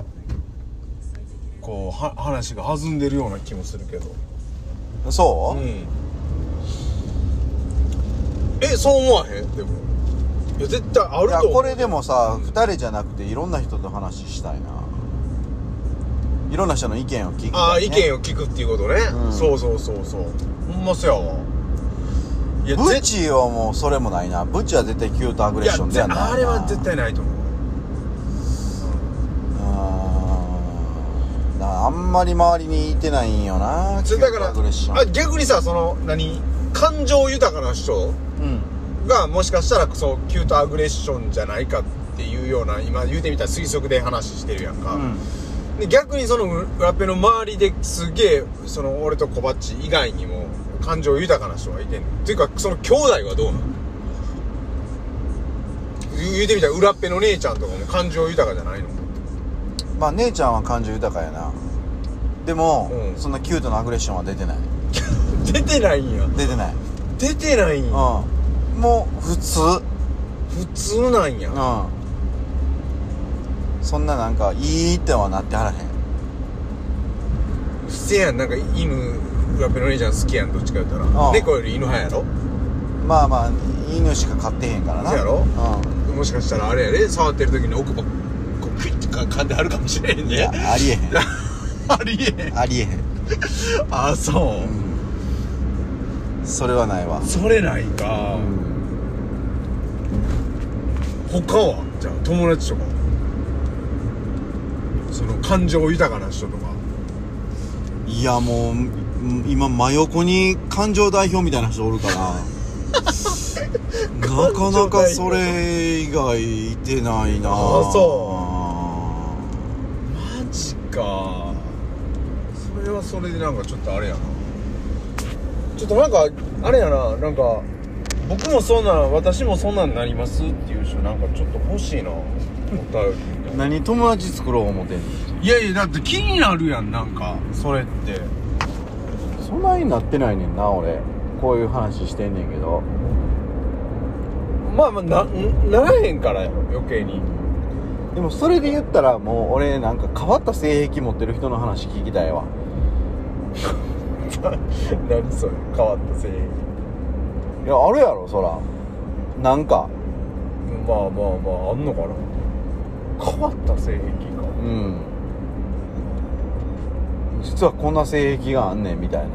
Speaker 2: こう、は、話が弾んでるような気もするけど。
Speaker 1: そうう、
Speaker 2: ん。え、そう思わへんでも。いや、絶対ある
Speaker 1: いや
Speaker 2: と思う。
Speaker 1: これでもさ2人じゃなくていろんな人と話したいないろんな人の意見を聞きたい、ね、
Speaker 2: ああ、意見を聞くっていうことね。
Speaker 1: うん
Speaker 2: そうそうそうそう。ほんまそうやわ。いや、
Speaker 1: ブ
Speaker 2: 絶
Speaker 1: チはもうそれもないなブチは絶対キュートアグ
Speaker 2: い
Speaker 1: レッ
Speaker 2: や
Speaker 1: ションではないな
Speaker 2: あれは絶対ないと思う。
Speaker 1: うーんなあんまり周りにいてないんよな
Speaker 2: それだから
Speaker 1: キュートアグレッション
Speaker 2: あ逆にさその何感情豊かな人
Speaker 1: うん
Speaker 2: がもしかしたらそうキュートアグレッションじゃないかっていうような今言うてみたら推測で話してるやんか、
Speaker 1: うん
Speaker 2: で逆にそのラッペの周りですげえその俺とコバッチ以外にも感情豊かな人がいてんのっていうかその兄弟はどうなの言う言うてみたら裏っぺの姉ちゃんとかも感情豊かじゃないの
Speaker 1: まあ姉ちゃんは感情豊かやなでも、
Speaker 2: うん
Speaker 1: そんなキュートなアグレッションは出てない
Speaker 2: 出てないんや
Speaker 1: 出てない
Speaker 2: 出てないん
Speaker 1: うん
Speaker 2: や
Speaker 1: もう普通
Speaker 2: 普通なんや
Speaker 1: うんそんななんかいいってはなってはらへん
Speaker 2: せやんなんか犬ラペの姉ちゃん好きやんどっちか言ったら
Speaker 1: ああ
Speaker 2: 猫より犬派やろ
Speaker 1: まあまあ犬しか飼ってへんからな
Speaker 2: そやろ
Speaker 1: う
Speaker 2: もしかしたらあれやで触ってる時に奥歯こうクイッてか噛んであるかもしれへん
Speaker 1: んいや
Speaker 2: ね
Speaker 1: ありえへん
Speaker 2: ありえへん
Speaker 1: ありえへん、、
Speaker 2: あそううん
Speaker 1: それはないわ
Speaker 2: それないか他はじゃあ友達とかその感情豊かな人とか
Speaker 1: いやもううん今真横に感情代表みたいな人お るからなかなかそれ以外いてないな
Speaker 2: あ
Speaker 1: そ
Speaker 2: マジかそれはそれでなんかちょっとあれやなちょっとなんかあれやななんか僕もそんなん私もそんなんなりますっていう人なんかちょっと欲しいなお便り
Speaker 1: 何友達作ろう思てんの
Speaker 2: いやいやだって気になるやんなんかそれって
Speaker 1: そんなになってないねんな俺こういう話してんねんけど
Speaker 2: まあまあなならへんからやろ余計に
Speaker 1: でもそれで言ったらもう俺なんか変わった性癖持ってる人の話聞きたいわ
Speaker 2: 何それ変わったせい
Speaker 1: いやあるやろそらなんか
Speaker 2: まあまあまああんのかな変わった性癖か
Speaker 1: うん実はこんな性癖があんねんみたいな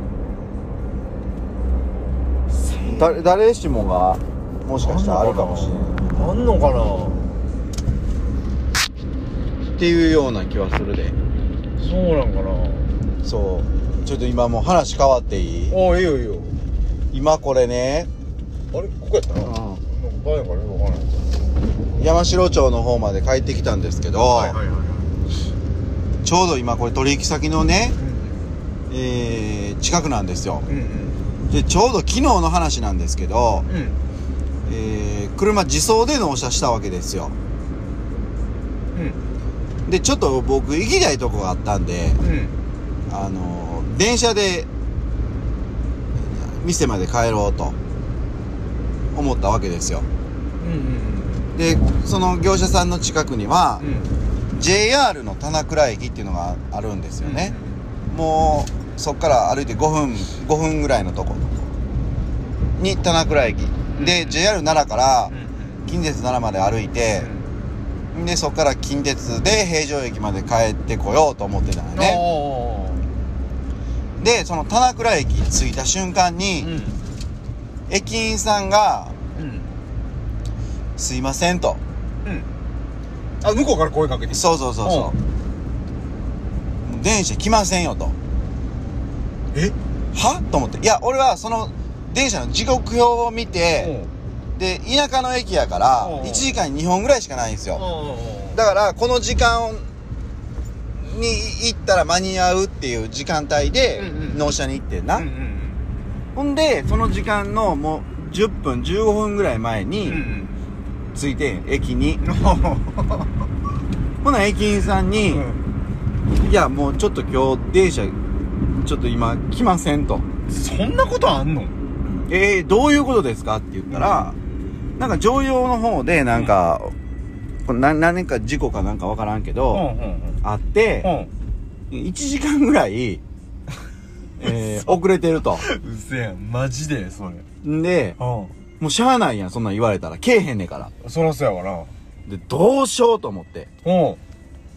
Speaker 1: 誰誰しもがもしかしたらあるかもしれない
Speaker 2: あんのか
Speaker 1: っ
Speaker 2: な
Speaker 1: ていうような気はするで
Speaker 2: そうなんかな
Speaker 1: そうちょっと今もう話変わっていい
Speaker 2: ああいいよいいよ
Speaker 1: 今これね、
Speaker 2: あれここやったななんか誰かねわからない
Speaker 1: 山城町の方まで帰ってきたんですけど、
Speaker 2: はいはい
Speaker 1: ちょうど今これ取引先のね、
Speaker 2: う
Speaker 1: えー近くなんですよ
Speaker 2: んうん
Speaker 1: でちょうど昨日の話なんですけど、
Speaker 2: うん
Speaker 1: えー車自走で納車したわけですよでちょっと僕行きたいとこがあったんで
Speaker 2: うんうん
Speaker 1: あのー電車で店まで帰ろうと思ったわけですよ
Speaker 2: うん
Speaker 1: でその業者さんの近くには
Speaker 2: うんうんうん
Speaker 1: JR の棚倉駅っていうのがあるんですよね、もうそっから歩いて5分5分ぐらいのとこに棚倉駅で JR 奈良から
Speaker 2: うん
Speaker 1: 近鉄奈良まで歩いてでそっから近鉄で平城駅まで帰ってこようと思ってたのよね
Speaker 2: あ
Speaker 1: でその棚倉駅着いた瞬間
Speaker 2: あ
Speaker 1: に
Speaker 2: ん
Speaker 1: 駅員さんが
Speaker 2: うん
Speaker 1: 「すいません」と
Speaker 2: うんあ向こうから声か
Speaker 1: 「
Speaker 2: けて
Speaker 1: そうそうそうそう
Speaker 2: う
Speaker 1: もう電車来ませんよ」と
Speaker 2: え
Speaker 1: 「は?」と思っていや俺はその電車の時刻表を見て、で田舎の駅やから
Speaker 2: うん
Speaker 1: 1時間に2本ぐらいしかないんです
Speaker 2: あ
Speaker 1: よ
Speaker 2: あ
Speaker 1: だからこの時間に行ったら間に合うっていう時間帯で
Speaker 2: うんうん
Speaker 1: 納車に行ってんな、
Speaker 2: うんうん
Speaker 1: ほんでその時間のもう10分15分ぐらい前
Speaker 2: う
Speaker 1: に
Speaker 2: ん
Speaker 1: 着いて駅 に、
Speaker 2: うん
Speaker 1: ほな駅員さんに「いやもうちょっと今日電車ちょっと今来ません」と
Speaker 2: そんなことあんの
Speaker 1: 「えー、どういうことですか?」って言ったら、なんか常用の方でなんか、これな何年か事故かなんかわからんけど、
Speaker 2: うんうん
Speaker 1: あって、
Speaker 2: うん
Speaker 1: 1時間ぐらい、えー遅れてると。
Speaker 2: うせやんマジでそれ
Speaker 1: んで、
Speaker 2: う
Speaker 1: もうしゃあないやん、そんなん言われたら。けえへんねんから。
Speaker 2: んそらそうやわ
Speaker 1: で、どうしようと思って。
Speaker 2: なうん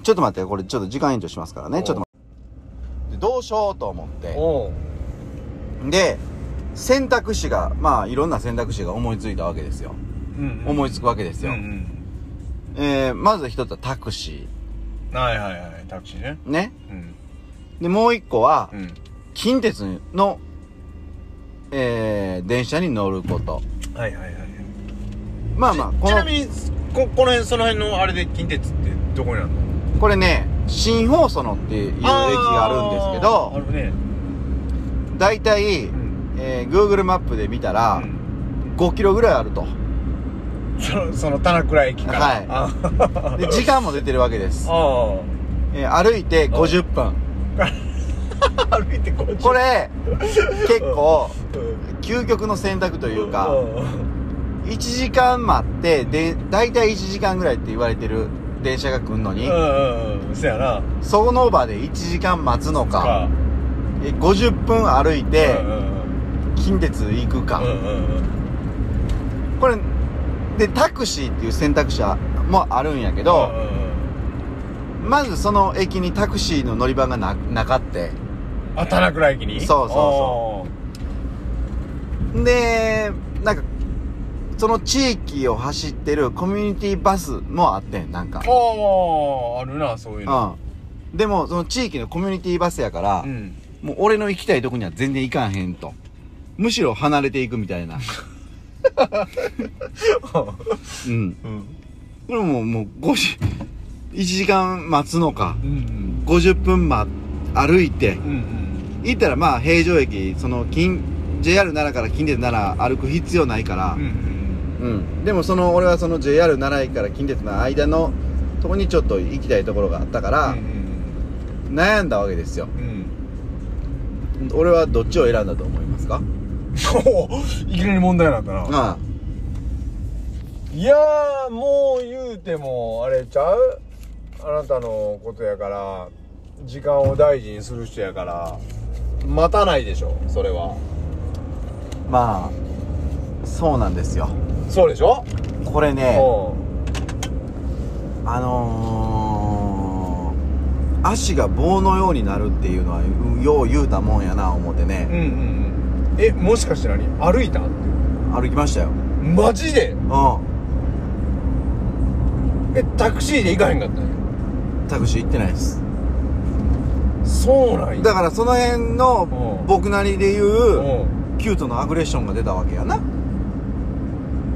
Speaker 1: ちょっと待って、これちょっと時間延長しますからね。ちょっと待って。で、どうしようと思って。
Speaker 2: おうん
Speaker 1: で、選択肢が、まあ、いろんな選択肢が思いついたわけですよ。
Speaker 2: うんうん
Speaker 1: 思いつくわけです
Speaker 2: うん
Speaker 1: よ。
Speaker 2: うん
Speaker 1: えー、まず一つはタクシ
Speaker 2: はいはいはいタクシーね
Speaker 1: ー。ね。
Speaker 2: うん
Speaker 1: で、もう一個は
Speaker 2: う、ん
Speaker 1: 近鉄の、えー、電車に乗ること。
Speaker 2: はいはいはい
Speaker 1: まあまあ、
Speaker 2: ちなみにここの辺その辺のあれで近鉄ってどこにあるの
Speaker 1: これね新放送のっていう駅があるんですけ
Speaker 2: あ
Speaker 1: ど
Speaker 2: るね
Speaker 1: だいたい、えー、Google マップで見たら、5キロぐらいあると
Speaker 2: そのその棚倉駅から
Speaker 1: はい
Speaker 2: あ
Speaker 1: で時間も出てるわけです
Speaker 2: あ、ー
Speaker 1: えー歩いて50分
Speaker 2: 歩いてこっち
Speaker 1: これ結構
Speaker 2: うん
Speaker 1: 究極の選択というか
Speaker 2: うん
Speaker 1: 1時間待ってで大体1時間ぐらいって言われてる電車が来るのに
Speaker 2: うんうんそやな
Speaker 1: そこの場で1時間待つのか
Speaker 2: か
Speaker 1: えー50分歩いうて
Speaker 2: んうん
Speaker 1: 近鉄行くか
Speaker 2: うんうんうん
Speaker 1: これでタクシーっていう選択肢もあるんやけど、
Speaker 2: うんうんうん
Speaker 1: まずその駅にタクシーの乗り場がななかって
Speaker 2: あ棚倉駅に
Speaker 1: そうそうそでなんかその地域を走ってるコミュニティバスもあってんなんか
Speaker 2: うあああるなそういうの
Speaker 1: うんでもその地域のコミュニティバスやから、
Speaker 2: ん
Speaker 1: もう俺の行きたいとこには全然行かんへんとむしろ離れていくみた いなうん
Speaker 2: うん
Speaker 1: これもうもう50 1時間待つのか
Speaker 2: うん
Speaker 1: 50分ま歩いて
Speaker 2: うんうん
Speaker 1: 行ったらまあ平城駅その近 JR 奈良から近鉄奈良歩く必要ないから
Speaker 2: うんう、ん
Speaker 1: うんでもその俺はその JR 奈良駅から近鉄の間のとこにちょっと行きたいところがあったから、悩んだわけですよ
Speaker 2: うんうん
Speaker 1: 俺はどっちを選んだと思いますか
Speaker 2: おおいきなり問題なんだな
Speaker 1: あ
Speaker 3: いやーもう言うてもあれちゃうあなたのことやから時間を大事にする人やから待たないでしょそれは
Speaker 1: あまあそうなんですよ
Speaker 3: そうでしょ
Speaker 1: これね
Speaker 3: う
Speaker 1: あのー、足が棒のようになるっていうのはよう言うたもんやな思ってね
Speaker 3: んうんうんえもしかして何歩いたって
Speaker 1: 歩きましたよ
Speaker 3: う
Speaker 2: マジで
Speaker 1: う
Speaker 2: えタクシーで行かへんかったんや
Speaker 1: んタクシー行ってないです
Speaker 2: そうなんや
Speaker 1: だからその辺の
Speaker 2: うん
Speaker 1: 僕なりで言
Speaker 2: う
Speaker 1: うんキュートのアグレッションが出たわけやな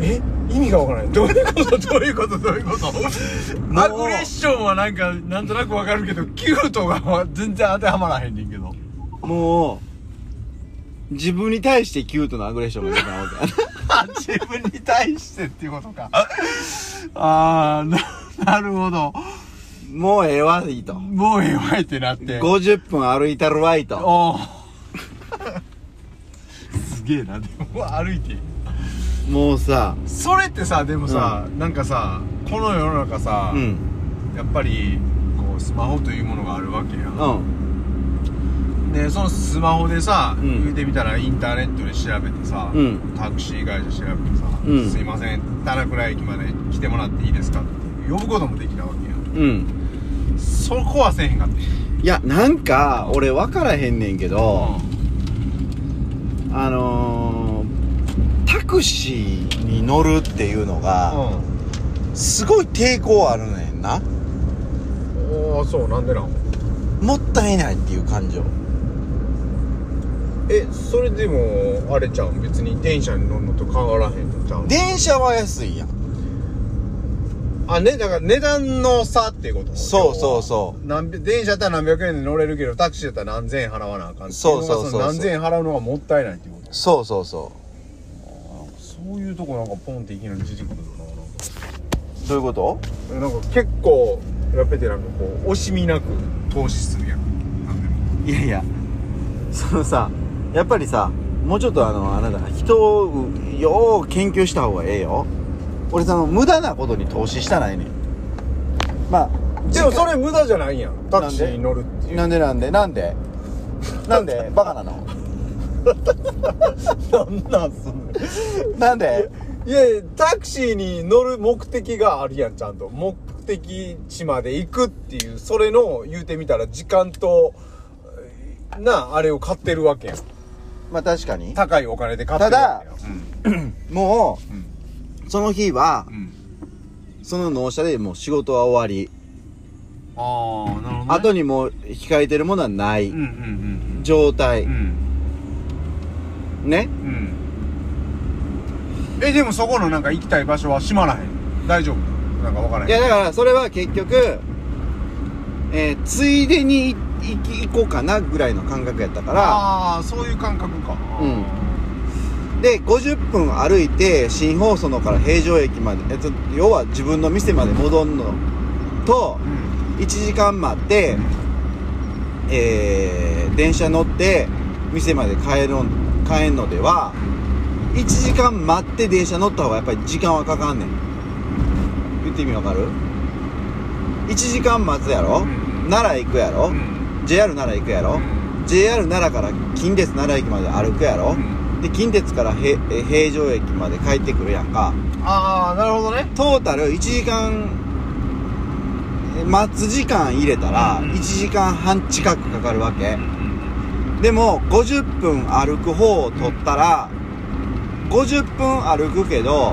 Speaker 2: え意味がわからないどういうことどういうことどういうこ
Speaker 1: う
Speaker 2: とアグレッションはなんかなんとなくわかるけどキュートが全然当てはまらへんねんけど
Speaker 1: もう自分に対してキュートのアグレッションが出たわ けやな
Speaker 2: 自分に対してっていうことかああななるほど
Speaker 1: もうええわいいと
Speaker 2: もうええわいってなって
Speaker 1: 50分歩いたるわいと
Speaker 2: おーすげえなでも歩いて
Speaker 1: もうさ
Speaker 2: それってさでもさ、なんかさこの世の中さ、
Speaker 1: うん
Speaker 2: やっぱりこうスマホというものがあるわけや、
Speaker 1: うん
Speaker 2: でそのスマホでさ、
Speaker 1: うん
Speaker 2: 言うてみたらインターネットで調べてさ、
Speaker 1: うん
Speaker 2: タクシー会社調べてさ「
Speaker 1: うん
Speaker 2: すいません田倉駅まで来てもらっていいですか?」って呼ぶこともできたわけや
Speaker 1: うん
Speaker 2: そこはせえへんかって
Speaker 1: いやなんか俺分からへんねんけどあのー、タクシーに乗るっていうのが
Speaker 2: う
Speaker 1: すごい抵抗あるねんなん
Speaker 2: ああそうなんでなん
Speaker 1: もったいないっていう感情
Speaker 2: えそれでもあれちゃん別に電車に乗るのと変わらへんのちゃう
Speaker 1: 電車は安いやん
Speaker 2: あねだから値段の差っていうこと
Speaker 1: そうそうそ
Speaker 2: 何百電車やったら何百円で乗れるけどタクシーやったら何千円払わなあかん
Speaker 1: そうそうそうそう
Speaker 2: っていのがの何千円払うのがもったいないっていうこと
Speaker 1: うそうそうそ
Speaker 2: そういうとこなんかポンっていきなり出てくるよ
Speaker 1: うどういうこと
Speaker 2: ななんかなんか結構やっぱりなんかこう惜しみなく投資するやんなんでも
Speaker 1: いやいやそのさやっぱりさもうちょっとあのあなた人をよう研究した方がええよ俺その無駄なことに投資したないねんまあ
Speaker 2: でもそれ無駄じゃないやんタクシーに乗る っていう
Speaker 1: なんでなんでなんでなん でバカなの
Speaker 2: なんなんすんの
Speaker 1: なんで
Speaker 2: いやいやタクシーに乗る目的があるやん、ちゃんと。目的地まで行くっていう、それの、言うてみたら、時間と、えーな、あれを買ってるわけやん。
Speaker 1: まあ確かに
Speaker 2: 高いお金で買ってるわけやん。
Speaker 1: も
Speaker 2: う
Speaker 1: うその日は
Speaker 2: ん。うん。
Speaker 1: その納車でもう仕事は終わり
Speaker 2: ああ、なるほど、ね。
Speaker 1: 後にもう控えてるものはない
Speaker 2: うんうん
Speaker 1: 状
Speaker 2: う
Speaker 1: 態
Speaker 2: ん。うん。
Speaker 1: ね
Speaker 2: うん。え、でもそこのなんか行きたい場所は閉まらへん。大丈夫なんかわからへん。
Speaker 1: いやだからそれは結局、えーついでに行き行こうかなぐらいの感覚やったから
Speaker 2: ああ、そういう感覚か。
Speaker 1: うんで50分歩いて新放送のから平城駅まで、えっと、要は自分の店まで戻るのと
Speaker 2: うん。
Speaker 1: 1時間待って、えー電車乗って店まで帰るん帰んのでは1時間待って電車乗った方がやっぱり時間はかかんねん言ってみわかる ?1 時間待つやろ、
Speaker 2: うん
Speaker 1: 奈良行くやろ、
Speaker 2: うん。うん。
Speaker 1: JR 奈良行くやろ、JR 奈良から近鉄奈良駅まで歩くやろ、で近鉄からへえ平城駅まで帰ってくるやんか
Speaker 2: ああ、なるほどね。
Speaker 1: トータル1時間え待つ時間入れたら
Speaker 2: うん
Speaker 1: 1時間半近くかかるわけ
Speaker 2: うん
Speaker 1: でも50分歩く方を取ったら50分歩くけど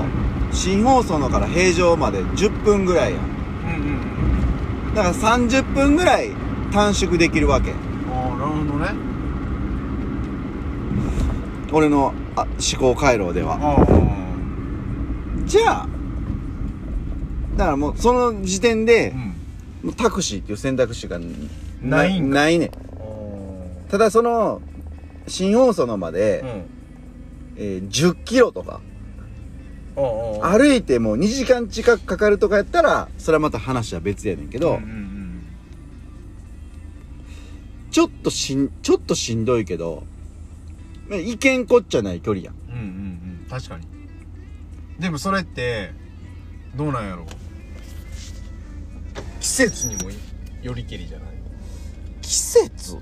Speaker 1: 新放送のから平常まで10分ぐらいやん
Speaker 2: うんうん。
Speaker 1: だから30分ぐらい短縮できるわけ
Speaker 2: ああなるほどね
Speaker 1: 俺のあ思考回路では
Speaker 2: ああ
Speaker 1: じゃあだからもうその時点で
Speaker 2: うん
Speaker 1: もうタクシーっていう選択肢が
Speaker 2: ないんか
Speaker 1: ないねんただその新大園まで、えー10キロとか
Speaker 2: うんあ
Speaker 1: 歩いてもう2時間近くかかるとかやったらそれはまた話は別やねんけど、
Speaker 2: うん
Speaker 1: ちょっとしんちょっとしんどいけどまあいけんこっちゃない距離やん
Speaker 2: うんうんうん確かにでもそれってどうなんやろう季節にもよりけりじゃない
Speaker 1: 季節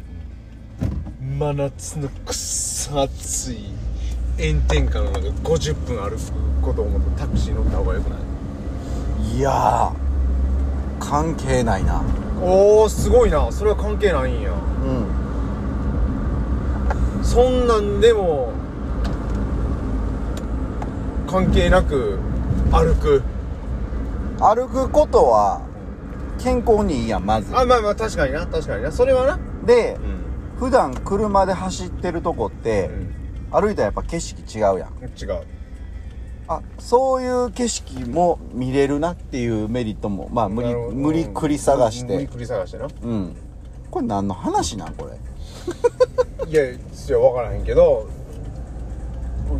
Speaker 2: 真夏のくっさ暑い炎天下の中50分歩くことを思ってタクシー乗った方がよくない
Speaker 1: いやー関係ないな
Speaker 2: おおすごいなそれは関係ないんや
Speaker 1: うん
Speaker 2: そんなんでも関係なく歩く
Speaker 1: 歩くことは健康にいいやんまず
Speaker 2: あまあまあ確かにな確かになそれはな
Speaker 1: で
Speaker 2: うん、
Speaker 1: 普段車で走ってるとこって歩いたらやっぱ景色違うやん
Speaker 2: 違う
Speaker 1: あそういう景色も見れるなっていうメリットもまあ無理
Speaker 2: なるほど
Speaker 1: 無理くり探し
Speaker 2: 無理
Speaker 1: て
Speaker 2: くり探してな
Speaker 1: うんこれ何の話なんこれ
Speaker 2: いやいや分からへんけど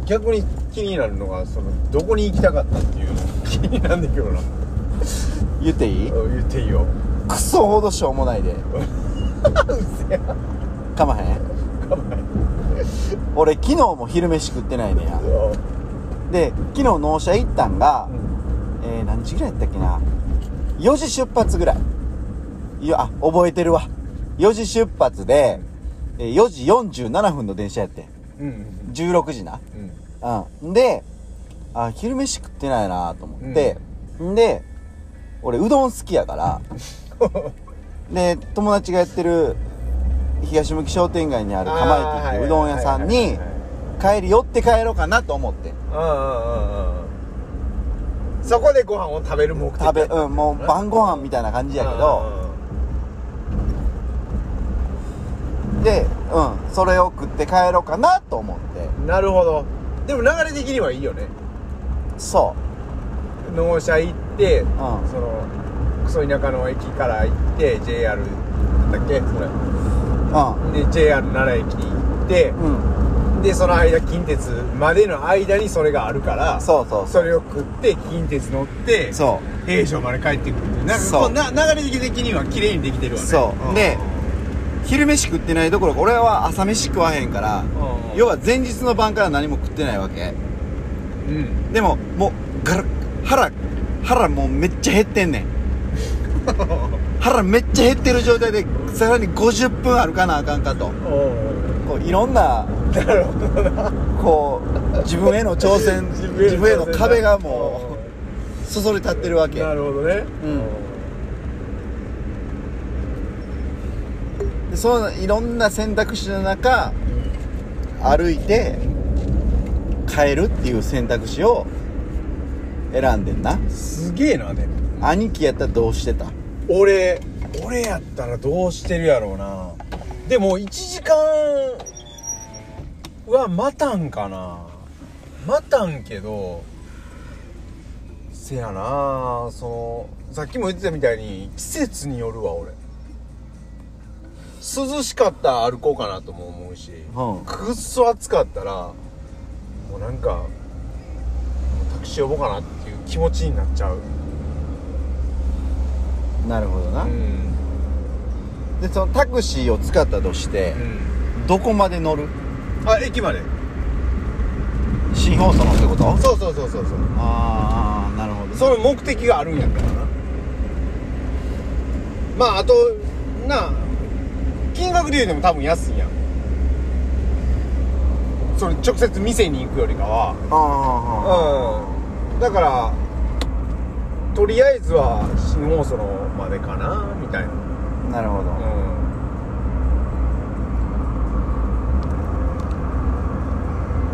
Speaker 2: 逆に気になるのがそのどこに行きたかったっていう気になんでけどな
Speaker 1: 言っていい
Speaker 2: 言っていいよ
Speaker 1: クソほどしょうもないでかまへん俺昨日も昼飯食ってないねやで昨日納車行ったんが、えー何時ぐらいやったっけな4時出発ぐらいいやあ覚えてるわ4時出発で、えー4時47分の電車やってん
Speaker 2: うんうん
Speaker 1: 16時な
Speaker 2: うん
Speaker 1: うんであ昼飯食ってないなと思って、ん、で俺うどん好きやから で友達がやってる東向き商店街にあるかまい
Speaker 2: あ
Speaker 1: て
Speaker 2: ー
Speaker 1: っ
Speaker 2: は
Speaker 1: て
Speaker 2: いう
Speaker 1: どん屋さん
Speaker 2: はいは
Speaker 1: に
Speaker 2: いはいはい
Speaker 1: 帰り寄って帰ろうかなと思って
Speaker 2: うんうんうんうんそこでご飯を食べる目的
Speaker 1: 食べ、うん、もう晩ご飯みたいな感じやけどで、うん、それを食って帰ろうかなと思って
Speaker 2: うんなるほどでも流れ的にはいいよね
Speaker 1: そ
Speaker 2: 納車行って、
Speaker 1: ん
Speaker 2: そのクソ田舎の駅から行って JR だっけそれ
Speaker 1: うう
Speaker 2: で JR 奈良駅行って
Speaker 1: んうん
Speaker 2: でその間近鉄までの間にそれがあるから
Speaker 1: そうそうそう
Speaker 2: それを食って近鉄乗って
Speaker 1: そ
Speaker 2: 平常まで帰ってくるっていうなんか
Speaker 1: そう
Speaker 2: こうな流れ的には綺麗にできてるわね
Speaker 1: そうでう昼飯食ってないどころか俺は朝飯食わへんから
Speaker 2: うん
Speaker 1: 要は前日の晩から何も食ってないわけ
Speaker 2: うん
Speaker 1: でももうガラッ腹腹もうめっちゃ減ってん ねん腹めっちゃ減ってる状態でさらに50分歩かなあかんかとこういろんなこう自分への 挑戦自分への壁がも うそそり立ってるわけ
Speaker 2: なるほどね
Speaker 1: でそのいろんな選択肢の中歩いて帰るっていう選択肢を選んでんな
Speaker 2: すげえなでも
Speaker 1: 兄貴やったらどうしてた
Speaker 2: 俺俺やったらどうしてるやろうなでも1時間は待たんかな待たんけどせやなそのさっきも言ってたみたいに季節によるわ俺涼しかったら歩こうかなとも思うし、
Speaker 1: うん
Speaker 2: くっそ暑かったらもうなんかもうタクシー呼ぼうかなっていう気持ちになっちゃう
Speaker 1: なるほどな、
Speaker 2: うん
Speaker 1: でそのタクシーを使ったとして
Speaker 2: うん
Speaker 1: どこまで乗る
Speaker 2: あ駅まで
Speaker 1: 新放送のってこと
Speaker 2: そうそうそうそうそう
Speaker 1: ああなるほど
Speaker 2: その目的があるんやったらなまああとなあ金額で言うても多分安いやんそれ直接店に行くよりかは
Speaker 1: あ
Speaker 2: うんだからとりあえずは新大園までかなみたいな
Speaker 1: あなるほど、
Speaker 2: う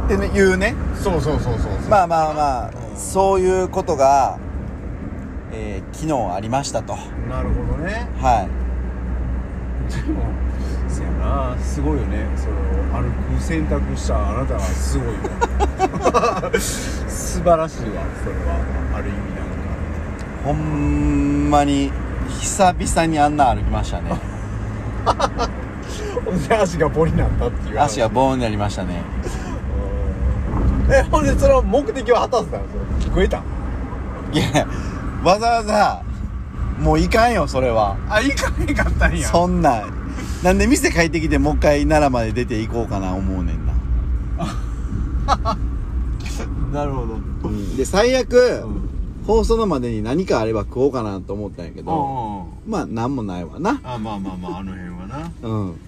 Speaker 1: ってね言うね
Speaker 2: んそうそうそうそうそう
Speaker 1: まあまあまあ、そういうことが、えー昨日ありましたと
Speaker 2: なるほどね
Speaker 1: はい
Speaker 2: でもせやなすごいよねそれを歩く選択したあなたがすごいよ素晴らしいわそれはある意味な
Speaker 1: ほ
Speaker 2: ん
Speaker 1: んまに久々にあんな歩きましたね
Speaker 2: かほんで足がボリになったっていう話
Speaker 1: 足がボーンになりましたね
Speaker 2: うんえほんでその目的を果たせたのそれ食えた
Speaker 1: いやわざわざもういかんよそれは
Speaker 2: あいかへんかったん
Speaker 1: そんななんで店帰ってきてもう一回奈良まで出て行こうかな思うねんな
Speaker 2: なるほどうん
Speaker 1: で最悪、
Speaker 2: ん
Speaker 1: 放送のまでに何かあれば食おうかなと思ったんやけど、
Speaker 2: あ
Speaker 1: まあなんもないわな
Speaker 2: あまあまあまああの辺はな
Speaker 1: うん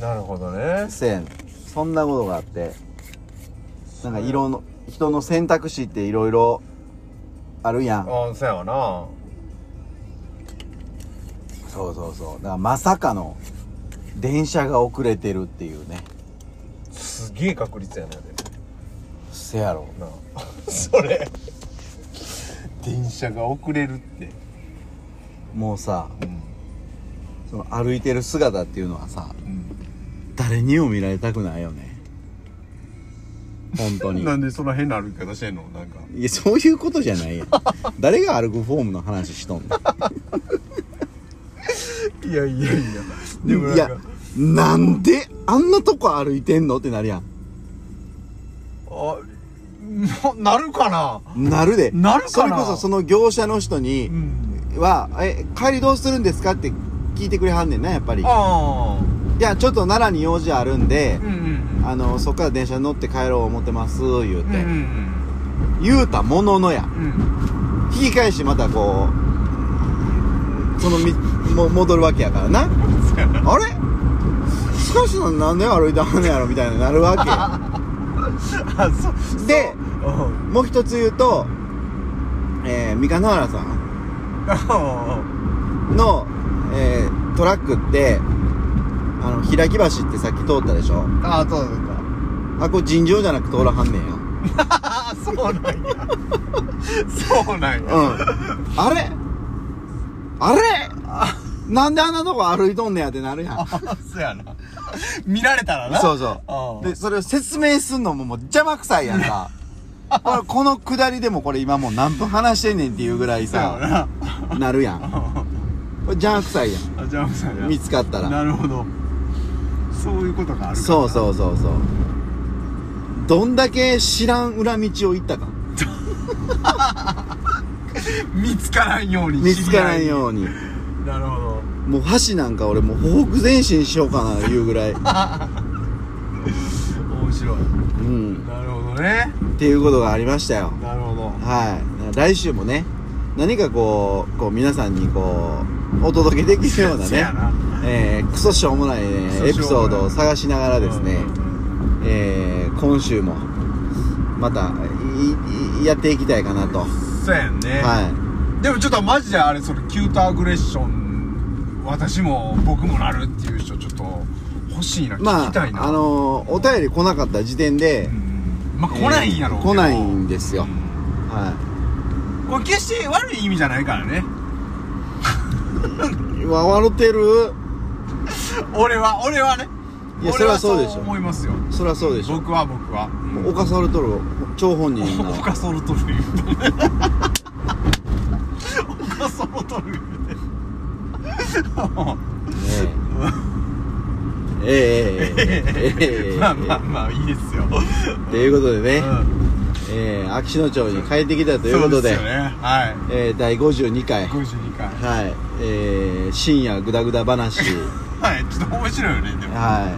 Speaker 2: なるほどね
Speaker 1: せやねんそんなことがあってなんか色の人の選択肢っていろいろあるやん
Speaker 2: ああそうやわな
Speaker 1: そうそうそうだからまさかの電車が遅れてるっていうね
Speaker 2: すげえ確率やなでも
Speaker 1: せやろ
Speaker 2: な あそれ電車が遅れるって
Speaker 1: もうさ
Speaker 2: うん
Speaker 1: その歩いてる姿っていうのはさ
Speaker 2: うん
Speaker 1: 誰にも見られたくないよね本当に
Speaker 2: なんでその変な歩き方してんのなんか
Speaker 1: いやそういうことじゃないやん誰が歩くフォームの話しとんの
Speaker 2: いやいやいやでも
Speaker 1: いやなんであんなとこ歩いてんのってなるやん
Speaker 2: あななるかな
Speaker 1: なるで
Speaker 2: なるかな
Speaker 1: それこそその業者の人に
Speaker 2: うん
Speaker 1: は「え帰りどうするんですか?」って聞いてくれはんねんなやっぱり「い
Speaker 2: あ
Speaker 1: やちょっと奈良に用事あるんで
Speaker 2: あう、んうん
Speaker 1: あのそっから電車に乗って帰ろう思ってます」言う
Speaker 2: うんう
Speaker 1: て、
Speaker 2: ん
Speaker 1: 言うたもののや
Speaker 2: うん
Speaker 1: 引き返しまたこうそのみも戻るわけやからな
Speaker 2: そうやな
Speaker 1: あれしかしなんで歩いてはんねやろみたいになるわけよ
Speaker 2: あ そ
Speaker 1: で
Speaker 2: うん
Speaker 1: もう一つ言うと、えー、三河原さん
Speaker 2: あ
Speaker 1: の、えートラックって、あの、開き橋ってさっき通ったでしょ
Speaker 2: ああそうだ
Speaker 1: あ、これ尋常じゃなく通らはんねんや。
Speaker 2: ああそうなんやそうなんや
Speaker 1: うん。 あれあれなんであんなとこ歩いとんねやってなるやん。
Speaker 2: あそうやな見られたらな
Speaker 1: そううそ
Speaker 2: あ
Speaker 1: う。で、それを説明すんのももう邪魔くさいやんか。これこの下りでもこれ今もう何分話してんねんっていうぐらい
Speaker 2: そうや
Speaker 1: さ、
Speaker 2: な
Speaker 1: なる やん。これ邪魔くさいや
Speaker 2: あジャンプさんや
Speaker 1: ん。見つかったら。
Speaker 2: なるほどそういうことがある
Speaker 1: そう
Speaker 2: う
Speaker 1: そうそうそうどんだけ知らん裏道を行ったか
Speaker 2: 見つからんように
Speaker 1: 見つからんよ
Speaker 2: う
Speaker 1: うに
Speaker 2: になるほど
Speaker 1: もう箸なんか俺もうほふく前進しようかないうぐらい
Speaker 2: 面白い
Speaker 1: うん
Speaker 2: なるほどね
Speaker 1: っていうことがありましたよ
Speaker 2: なるほど
Speaker 1: はい来週もね何かこうこう皆さんにこうお届けできるような
Speaker 2: せ
Speaker 1: ね
Speaker 2: やな
Speaker 1: えー、クソしょうもない
Speaker 2: クソしょうも
Speaker 1: ね
Speaker 2: ない
Speaker 1: エピソードを探しながらですね、
Speaker 2: うん
Speaker 1: えー、今週もまたいいやっていきたいかなと、
Speaker 2: そうやんね
Speaker 1: は
Speaker 2: でもちょっとマジであれそれキュートアグレッション私も僕もなるっていう人ちょっと欲しいない
Speaker 1: ま
Speaker 2: 聞きたいな
Speaker 1: ああのーお便り来なかった時点で、
Speaker 2: うんまあ来ないんやろうけ
Speaker 1: 来
Speaker 2: ど
Speaker 1: ないんです
Speaker 2: う
Speaker 1: よ、
Speaker 2: ん
Speaker 1: は
Speaker 2: これ決して悪い意味じゃないからね
Speaker 1: いわ笑ってる
Speaker 2: 俺は俺はね
Speaker 1: いやそ
Speaker 2: 俺
Speaker 1: れはそうでしょ
Speaker 2: 思いますよ
Speaker 1: そりゃそうでしょ
Speaker 2: 僕は僕は
Speaker 1: 犯されとる張本人
Speaker 2: オ
Speaker 1: な
Speaker 2: カソロトル言うとオカソロトル言う
Speaker 1: えええええええええ
Speaker 2: てまあまあまあいいですよ
Speaker 1: ということでね、
Speaker 2: うん
Speaker 1: えー、秋野町に帰ってきたという
Speaker 2: そ
Speaker 1: こ
Speaker 2: う
Speaker 1: と
Speaker 2: で
Speaker 1: です
Speaker 2: よねはい
Speaker 1: えー、第52回はい、
Speaker 2: 52回
Speaker 1: えー、深夜グダグダ 話
Speaker 2: はいちょっと面白いよねでも
Speaker 1: はい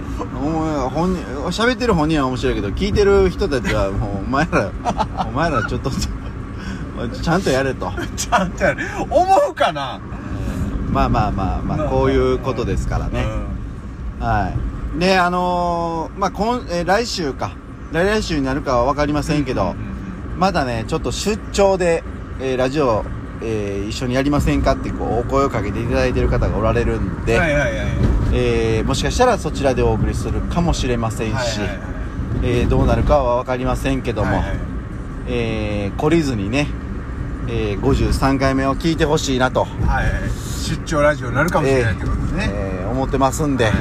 Speaker 1: お前本人喋ってる本人は面白いけど聞いてる人たち はもうお前らお前らちょっとちゃんとやれと
Speaker 2: ちゃんとやる思うかな
Speaker 1: まあまあまあまあ、
Speaker 2: まあ
Speaker 1: こういうことですから
Speaker 2: う
Speaker 1: ね、
Speaker 2: ん
Speaker 1: はいであのーまあ今、えー来週か来々週になるかは分かりませんけど、
Speaker 2: うん
Speaker 1: まだねちょっと出張で、えーラジオ、えー一緒にやりませんかってこうお声をかけていただいてる方がおられるんで、
Speaker 2: はいはいはいはい
Speaker 1: えーもしかしたらそちらでお送りするかもしれませんし、
Speaker 2: はい
Speaker 1: えーどうなるかは分かりませんけども、
Speaker 2: はいはい
Speaker 1: えー懲りずにね、えー53回目を聞いてほしいなと。
Speaker 2: はい出張ラジオになるかもしれないってことですね
Speaker 1: えー思ってますんで、
Speaker 2: はい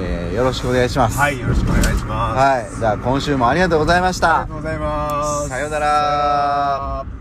Speaker 1: えーよろしくお願いします。
Speaker 2: はいよろしくお願いしま
Speaker 1: は
Speaker 2: す
Speaker 1: い。じゃあ今週もありがとうございまし
Speaker 2: あ
Speaker 1: た
Speaker 2: りがと。うございます
Speaker 1: さようなら。
Speaker 2: さようなら